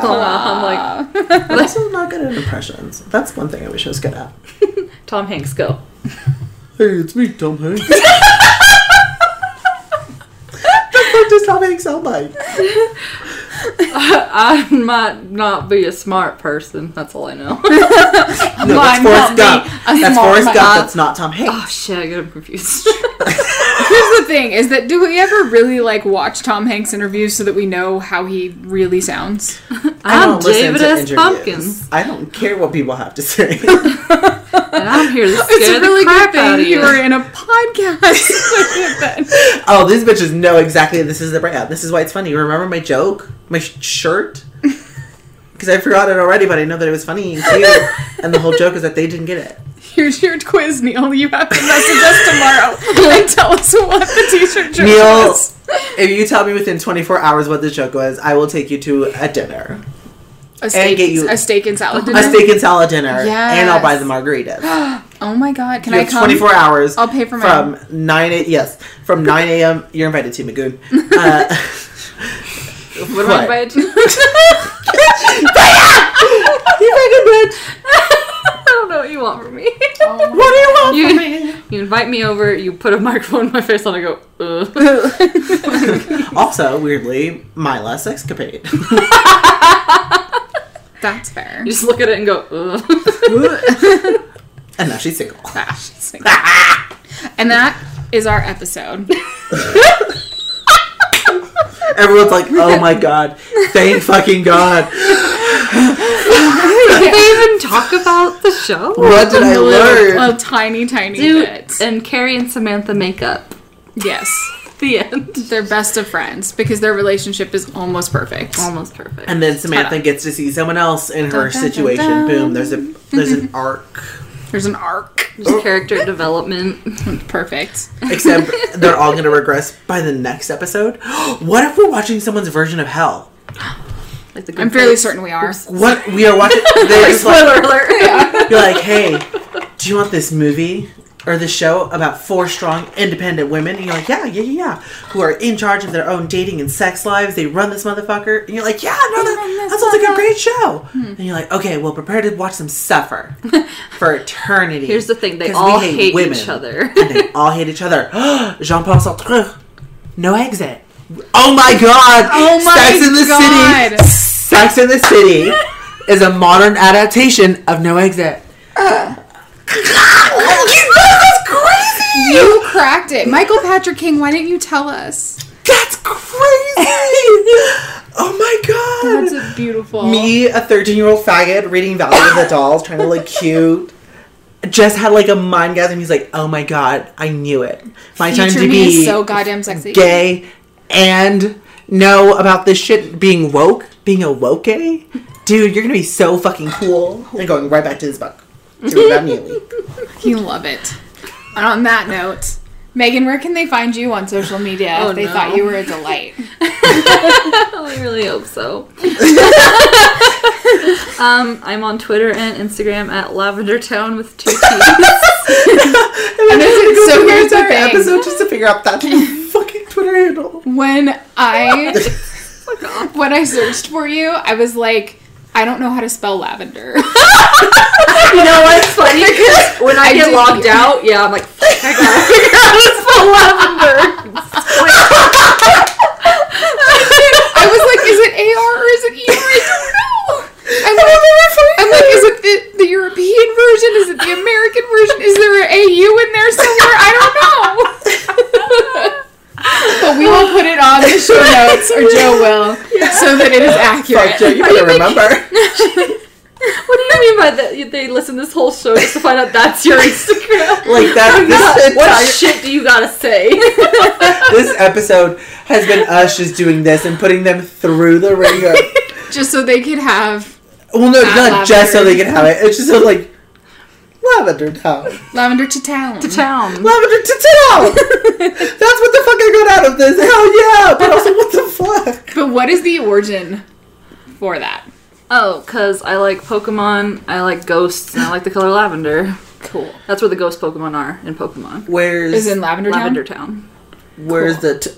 Speaker 4: Claw. I'm like,
Speaker 2: I'm also not good at impressions. That's one thing I wish I was good at.
Speaker 4: Tom Hanks, go.
Speaker 2: Hey, it's me, Tom Hanks. the fuck does Tom Hanks sound like?
Speaker 4: I might not be a smart person. That's all I know.
Speaker 2: No, that's
Speaker 4: Mine
Speaker 2: Forrest Gump.
Speaker 4: won't be
Speaker 2: That's
Speaker 1: small
Speaker 2: Forrest Gump.
Speaker 1: man.
Speaker 2: That's not Tom Hanks.
Speaker 4: oh shit, I got confused.
Speaker 1: Here's the thing: is that do we ever really like watch Tom Hanks interviews so that we know how he really sounds?
Speaker 2: I
Speaker 4: I'm
Speaker 2: don't listen
Speaker 4: David
Speaker 2: to
Speaker 4: S.
Speaker 2: interviews.
Speaker 4: Pumpkins,
Speaker 2: I don't care what people have to say.
Speaker 4: and I'm here to scare
Speaker 1: It's a really
Speaker 4: the
Speaker 1: good
Speaker 4: crap out
Speaker 1: thing
Speaker 4: of
Speaker 1: you
Speaker 4: you.
Speaker 1: were in a podcast.
Speaker 2: oh, these bitches know exactly this is the breakout. This is why it's funny. Remember my joke? My sh- shirt? Because I forgot it already, but I know that it was funny and cute. and the whole joke is that they didn't get it.
Speaker 1: Here's your quiz, Neil. You have to message us tomorrow and tell us what the t-shirt joke
Speaker 2: Neil,
Speaker 1: was.
Speaker 2: if you tell me within 24 hours what the joke was, I will take you to a dinner.
Speaker 1: A steak,
Speaker 2: get you-
Speaker 1: a steak and salad dinner.
Speaker 2: A steak and salad dinner.
Speaker 1: Mm-hmm. Yes.
Speaker 2: And I'll buy the margaritas.
Speaker 1: Oh my god! Can
Speaker 2: You
Speaker 1: I
Speaker 2: have
Speaker 1: come?
Speaker 2: 24 hours.
Speaker 1: I'll pay for
Speaker 2: From
Speaker 1: mine.
Speaker 2: 9 a, yes, from 9 a.m. You're invited to Magoon. Uh, what?
Speaker 4: Run by a two.
Speaker 2: You fucking bitch.
Speaker 4: I don't know what you want from me.
Speaker 1: Oh,
Speaker 2: What do you want
Speaker 4: You-
Speaker 2: from me?
Speaker 4: You invite me over, you put a microphone in my face, and I go, ugh.
Speaker 1: Oh,
Speaker 2: Also, weirdly, my last escapade.
Speaker 1: That's fair.
Speaker 4: You just look at it and go, ugh.
Speaker 2: and now she's single.
Speaker 1: Ah, and that is our episode.
Speaker 2: Everyone's like, oh my god, thank fucking god.
Speaker 4: Did they even talk about the show?
Speaker 2: What did I learn?
Speaker 1: Little tiny, tiny bits.
Speaker 4: and Carrie and Samantha make up.
Speaker 1: Yes.
Speaker 4: The end.
Speaker 1: They're best of friends because their relationship is almost perfect.
Speaker 4: Almost perfect.
Speaker 2: And then Samantha gets to see someone else in her
Speaker 1: Dun, dun, dun,
Speaker 2: situation.
Speaker 1: dun.
Speaker 2: Boom. There's a there's an arc.
Speaker 1: There's an arc.
Speaker 4: Just character development.
Speaker 1: Perfect.
Speaker 2: Except they're all gonna regress by the next episode. what if we're watching someone's version of hell?
Speaker 4: Like the
Speaker 1: I'm fairly certain we are.
Speaker 2: What we are watching? They're just like,
Speaker 4: Spoiler alert.
Speaker 2: you're like, hey, do you want this movie or this show about four strong, independent women? And you're like, yeah, yeah, yeah, yeah, who are in charge of their own dating and sex lives. They run this motherfucker, and you're like, yeah, no, that, that sounds like a great show.
Speaker 4: Hmm.
Speaker 2: And you're like, okay, well, prepare to watch them suffer for eternity.
Speaker 4: Here's the thing, they
Speaker 2: 'Cause
Speaker 4: all
Speaker 2: we
Speaker 4: hate, each other.
Speaker 2: and they all hate each other. Jean-Paul Sartre, no exit. Oh my god!
Speaker 1: Oh my
Speaker 2: Sex in the
Speaker 1: God.
Speaker 2: City. Sex in the City is a modern adaptation of No Exit.
Speaker 1: Uh.
Speaker 2: You guys, that's crazy.
Speaker 1: You cracked it. Michael Patrick King, why didn't you tell us?
Speaker 2: That's crazy. Oh my god.
Speaker 1: That's a beautiful.
Speaker 2: me, a 13 year old faggot, reading Valley of the Dolls, trying to look cute. Just had like a mind gasm. He's like, oh my god, I knew it. My time
Speaker 1: Future
Speaker 2: to
Speaker 1: me
Speaker 2: be
Speaker 1: is so goddamn sexy.
Speaker 2: gay and know about this shit being woke, being a woke gay. Dude, you're gonna be so fucking cool. And going right back to this book. To read about Neely.
Speaker 1: You love it. And on that note, Megan, where can they find you on social media
Speaker 4: Oh,
Speaker 1: if they
Speaker 4: no.
Speaker 1: thought you were a delight?
Speaker 4: I really hope so. um, I'm on Twitter and Instagram at Lavender Town with two T's.
Speaker 2: And
Speaker 1: then- so here's the thing.
Speaker 2: episode just to figure out that fucking Twitter handle.
Speaker 1: When I when I searched for you, I was like, I don't know how to spell lavender.
Speaker 4: You know what's funny? Because when I, get
Speaker 1: did-
Speaker 4: logged out, yeah, I'm like, "Fuck, I gotta figure out how to spell lavender.
Speaker 1: I was like, is it AR or is it ER? I don't know. I'm like, I'm like, is it the, the European version? Is it the American version? Is there an AU in there somewhere? I don't know. but we will put it on the show notes, or Joe will, so that it is accurate.
Speaker 2: Fuck, Joe, you better remember.
Speaker 4: What do you mean by that? You- They listen this whole show just to find out that's your Instagram.
Speaker 2: Like that. This
Speaker 4: God, what
Speaker 2: entire-
Speaker 4: shit do you gotta say?
Speaker 2: this episode has been us just doing this and putting them through the ringer.
Speaker 1: Just so they could have
Speaker 2: Well, no,
Speaker 1: Not
Speaker 2: not, just so
Speaker 1: lavender.
Speaker 2: they can have it. It's just so, like lavender town,
Speaker 1: lavender to town.
Speaker 4: Town.
Speaker 2: lavender to town. That's what the fuck I got out of this. Hell yeah! But also, what the fuck?
Speaker 1: But what is the origin for that?
Speaker 4: Oh, cause I like Pokemon, I like ghosts, and I like the color lavender.
Speaker 1: Cool.
Speaker 4: That's where the ghost Pokemon are in Pokemon.
Speaker 2: Where's
Speaker 1: Is in lavender,
Speaker 4: Lavender
Speaker 1: town?
Speaker 4: Town.
Speaker 2: where's the t-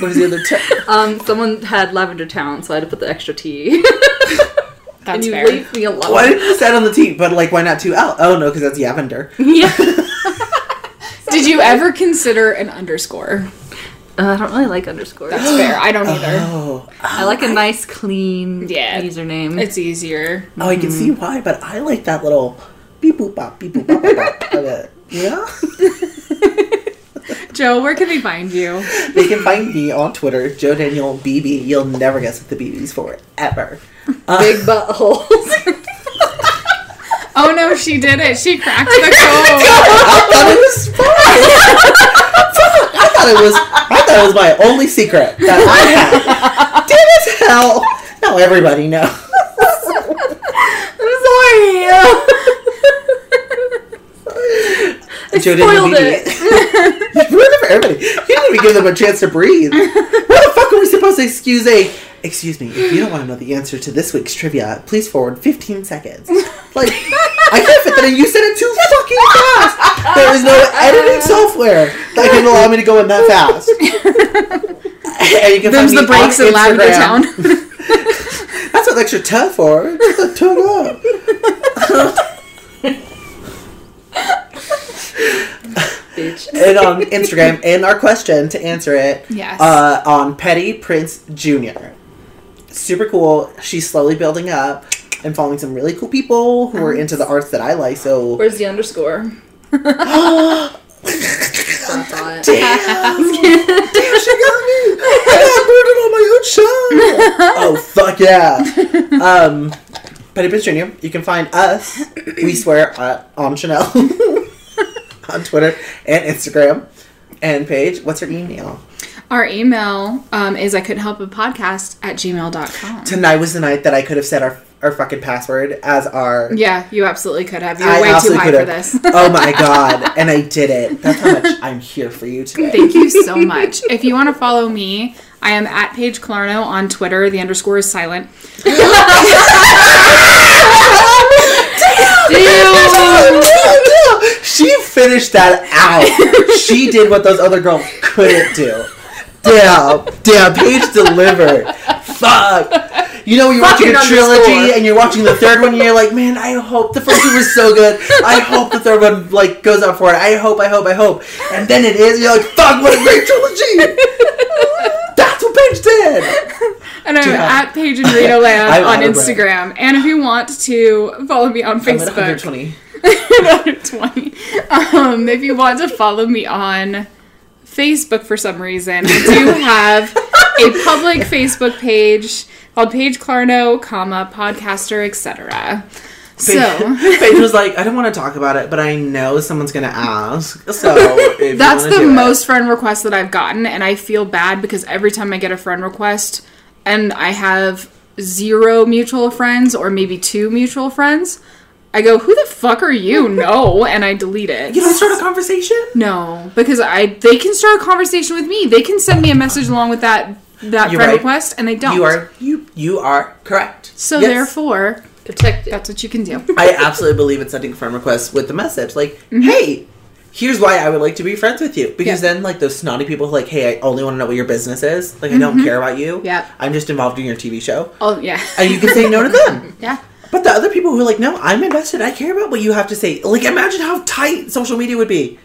Speaker 2: where's the other town?
Speaker 4: Um, someone had Lavender Town, so I had to put the extra T. and
Speaker 1: That's
Speaker 4: you
Speaker 1: fair.
Speaker 4: leave me alone.
Speaker 2: Why did you set on the T? But like, why not two L? Oh no, because that's Yavender.
Speaker 4: Yeah.
Speaker 1: Did you ever consider an underscore?
Speaker 4: Uh, I don't really like underscores.
Speaker 1: That's fair. I don't either.
Speaker 2: Oh,
Speaker 4: I like a nice, clean
Speaker 1: Yeah.
Speaker 4: username.
Speaker 1: It's easier.
Speaker 2: oh, I can see why. But I like that little beep boop bop beep boop bop bop. bop of it. Yeah.
Speaker 1: Joe, where can they find you?
Speaker 2: They can find me on Twitter, Joe Daniel BB. You'll never guess what the BB's for ever.
Speaker 4: Big buttholes.
Speaker 1: Oh no, she did it. She cracked the code.
Speaker 2: I thought it was fun. I thought it was. I thought it was my only secret that I had. Dead as hell. Now everybody knows.
Speaker 4: I'm sorry.
Speaker 2: Joe didn't
Speaker 4: spoiled
Speaker 2: alleviate. You ruined it for everybody. You didn't even give them a chance to breathe. What the fuck are we supposed to excuse a? Excuse me, if you don't want to know the answer to this week's trivia, please forward 15 seconds. Like, I can't fit that in. You said it too fucking fast. There is no editing software that can allow me to go in that fast. and you can
Speaker 1: Them's the
Speaker 2: find me
Speaker 1: breaks
Speaker 2: on
Speaker 1: in Lavender
Speaker 2: Instagram.
Speaker 1: Town.
Speaker 2: That's what the extra tough for. Just a tug up.
Speaker 4: Bitch.
Speaker 2: and on Instagram, and our question to answer it.
Speaker 1: Yes.
Speaker 2: Uh, on Petty Prince Jr. Super cool. She's slowly building up and following some really cool people who are into the arts that I like. So
Speaker 4: Where's the underscore? Dot, dot.
Speaker 2: she got me. I got booted on my own show. oh fuck yeah. Um, Petty Prince Jr. You can find us. We swear uh, on Chanel on Twitter and Instagram and Paige. What's her email?
Speaker 1: Our email um, is I couldn't help but podcast at gmail.com.
Speaker 2: Tonight was the night that I could have said our our fucking password as our
Speaker 1: Yeah, you absolutely could have. You're
Speaker 2: I
Speaker 1: way too
Speaker 2: absolutely
Speaker 1: high
Speaker 2: could
Speaker 1: for
Speaker 2: have.
Speaker 1: this.
Speaker 2: oh my god! And I did it. That's how much I'm here for you today.
Speaker 1: Thank you so much. If you want to follow me, I am at Paige Clarno on Twitter. The underscore is silent. Damn!
Speaker 2: she finished that out. She did what those other girls couldn't do. Damn, damn, Paige delivered. Fuck. You know, when you're watching a
Speaker 4: Fucking
Speaker 2: trilogy
Speaker 4: underscore.
Speaker 2: and you're watching the third one, and you're like, man, I hope the first one was so good. I hope the third one like goes up for it. I hope, I hope, I hope. And then it is. And you're like, fuck, what a great trilogy. That's what Paige did.
Speaker 1: And I'm
Speaker 2: Damn.
Speaker 1: at Paige and Reno
Speaker 2: I'm
Speaker 1: Land on
Speaker 2: out of breath.
Speaker 1: Instagram. And if you want to follow me on
Speaker 2: I'm at
Speaker 1: Facebook,
Speaker 2: 120.
Speaker 1: 120. Um, if you want to follow me on Facebook for some reason, I do have a public Facebook page called Page Clarno, comma podcaster, etc. So
Speaker 2: Paige, Paige was like, I don't want to talk about it, but I know someone's gonna ask. So if you
Speaker 1: that's
Speaker 2: wanna
Speaker 1: the
Speaker 2: do it-
Speaker 1: most friend request that I've gotten, and I feel bad because every time I get a friend request, and I have zero mutual friends or maybe two mutual friends. I go, who the fuck are you? No, and I delete it.
Speaker 2: You don't start a conversation.
Speaker 1: No, because I they can start a conversation with me. They can send me a message along with that that
Speaker 2: You're
Speaker 1: friend
Speaker 2: right.
Speaker 1: request, and they don't.
Speaker 2: You are you you are correct.
Speaker 1: so
Speaker 2: Yes.
Speaker 1: therefore,
Speaker 4: Protected.
Speaker 1: that's what you can do.
Speaker 2: I absolutely believe in sending friend requests with the message like, hey. Here's why I would like to be friends with you because
Speaker 1: Mm-hmm. Yeah.
Speaker 2: then, like those snotty people, who are like, "Hey, I only want to know what your business is. Like, I
Speaker 1: Mm-hmm.
Speaker 2: don't care about you.
Speaker 1: Yep.
Speaker 2: I'm just involved in your TV show."
Speaker 1: Oh yeah,
Speaker 2: And you can say no to them.
Speaker 1: yeah.
Speaker 2: But the other people who are like, "No, I'm invested. I care about what you have to say." Like, imagine how tight social media would be.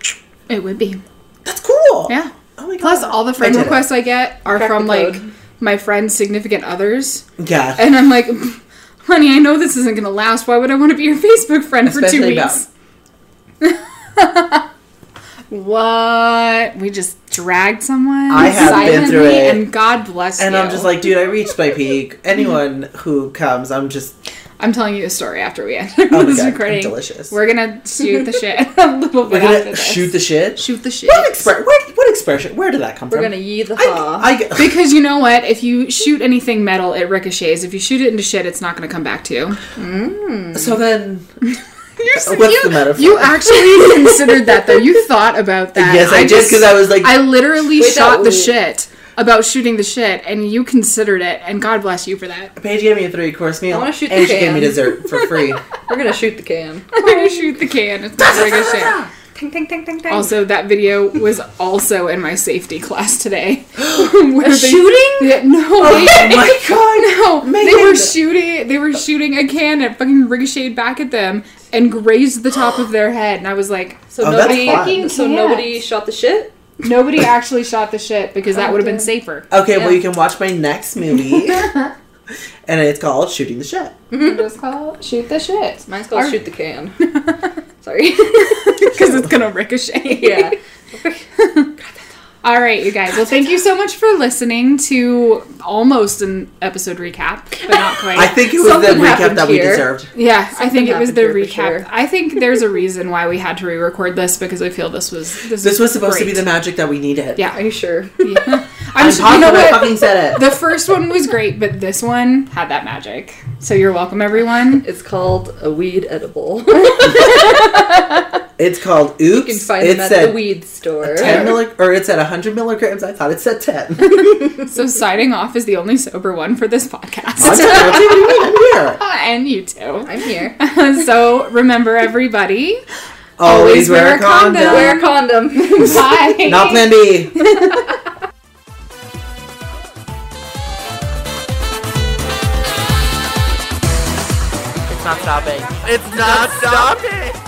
Speaker 1: It would be
Speaker 2: That's cool.
Speaker 1: yeah.
Speaker 2: Oh my god.
Speaker 1: Plus, all the friend
Speaker 2: I did it.
Speaker 1: requests I get are
Speaker 4: Crack
Speaker 1: from
Speaker 4: the
Speaker 1: like
Speaker 4: code.
Speaker 1: my friend's significant others,
Speaker 2: Yeah.
Speaker 1: and I'm like, honey, I know this isn't gonna last. Why would I want to be your Facebook friend for two
Speaker 2: Especially now.
Speaker 1: weeks? what? We just dragged someone
Speaker 2: I have been
Speaker 1: silently,
Speaker 2: through it.
Speaker 1: and God bless
Speaker 2: and
Speaker 1: you.
Speaker 2: I'm just like, dude, I reached my peak. Anyone who comes, I'm just
Speaker 1: I'm telling you a story after we end
Speaker 2: oh my
Speaker 1: this
Speaker 2: god, I'm
Speaker 1: recording.
Speaker 2: delicious.
Speaker 1: We're gonna shoot the shit a little bit
Speaker 2: We're
Speaker 1: after
Speaker 2: gonna
Speaker 1: this.
Speaker 2: shoot the shit.
Speaker 1: Shoot the shit.
Speaker 2: What, expre- what, what expression? Where did that come
Speaker 4: We're
Speaker 2: from?
Speaker 4: gonna yee the
Speaker 2: I,
Speaker 4: haw.
Speaker 2: I get-
Speaker 1: Because you know what? If you shoot anything metal, it ricochets. If you shoot it into shit, it's not gonna come back to you. Mm.
Speaker 2: so then
Speaker 1: You're, so-
Speaker 2: What's
Speaker 1: you,
Speaker 2: the metaphor?
Speaker 1: You actually considered that though. You thought about that.
Speaker 2: yes, I, did
Speaker 1: just-
Speaker 2: because I was like,
Speaker 1: I literally
Speaker 4: Wait,
Speaker 1: shot
Speaker 4: that-
Speaker 1: the shit about shooting the shit, and you considered it, and God bless you for that.
Speaker 2: Paige gave me a three course meal,
Speaker 4: I wanna shoot
Speaker 2: and
Speaker 4: the
Speaker 2: she gave me
Speaker 4: can. Oh
Speaker 2: dessert for free.
Speaker 4: We're gonna shoot the can.
Speaker 1: I'm gonna shoot the can. It's not ricochet.
Speaker 4: Ting ting ting ting ting.
Speaker 1: Also, that video was also in my safety class today.
Speaker 4: a shooting?
Speaker 1: Yeah, no, they-
Speaker 2: oh my god!
Speaker 1: No, they
Speaker 2: Megan.
Speaker 1: were shooting. They were shooting a can and it fucking ricocheted back at them and grazed the top of their head. And I was like,
Speaker 4: So
Speaker 2: Oh, that's
Speaker 4: nobody.
Speaker 2: fun.
Speaker 4: So
Speaker 1: Fucking
Speaker 4: nobody
Speaker 1: cats.
Speaker 4: shot the shit.
Speaker 1: nobody actually shot the shit because
Speaker 2: Oh,
Speaker 1: that would have been safer.
Speaker 2: Okay, well
Speaker 4: Yeah.
Speaker 2: you can watch my next movie, and it's called Shooting the Shit.
Speaker 4: Mm-hmm.
Speaker 1: It was called shoot the shit
Speaker 4: Mine's called
Speaker 1: Our-
Speaker 4: shoot the can. Sorry.
Speaker 1: because it's gonna ricochet.
Speaker 4: yeah.
Speaker 1: All right, you guys. Well, thank you so much for listening to almost an episode recap, but not quite.
Speaker 2: I think it was
Speaker 4: Something
Speaker 2: the recap
Speaker 4: happened
Speaker 2: that we
Speaker 4: here.
Speaker 2: deserved.
Speaker 1: yeah, I think it was the
Speaker 4: happened here for
Speaker 1: recap.
Speaker 4: sure.
Speaker 1: I think there's a reason why we had to re-record this because I feel this was this,
Speaker 2: This
Speaker 1: is
Speaker 2: was supposed to
Speaker 1: great.
Speaker 2: be the magic that we needed.
Speaker 1: Yeah.
Speaker 4: Are you sure?
Speaker 1: Yeah. I'm
Speaker 2: I'm
Speaker 1: sure you know
Speaker 2: positive
Speaker 1: what?
Speaker 2: I fucking said it.
Speaker 1: The first one was great, but this one had that magic. So you're welcome, everyone.
Speaker 4: It's called a weed edible.
Speaker 2: It's called Oops.
Speaker 4: You can find
Speaker 2: it
Speaker 4: them at
Speaker 2: said
Speaker 4: the weed store.
Speaker 2: 10 milli- or it's at 100 milligrams. I thought it said 10.
Speaker 1: So signing off is the only sober one for this podcast.
Speaker 2: I'm sorry, what do you mean? I'm here.
Speaker 1: and you too.
Speaker 4: I'm here.
Speaker 1: so remember, everybody.
Speaker 2: Always wear a condom.
Speaker 4: Wear a condom.
Speaker 1: Bye.
Speaker 2: Not plan B.
Speaker 3: It's not stopping.
Speaker 2: It's not stopping.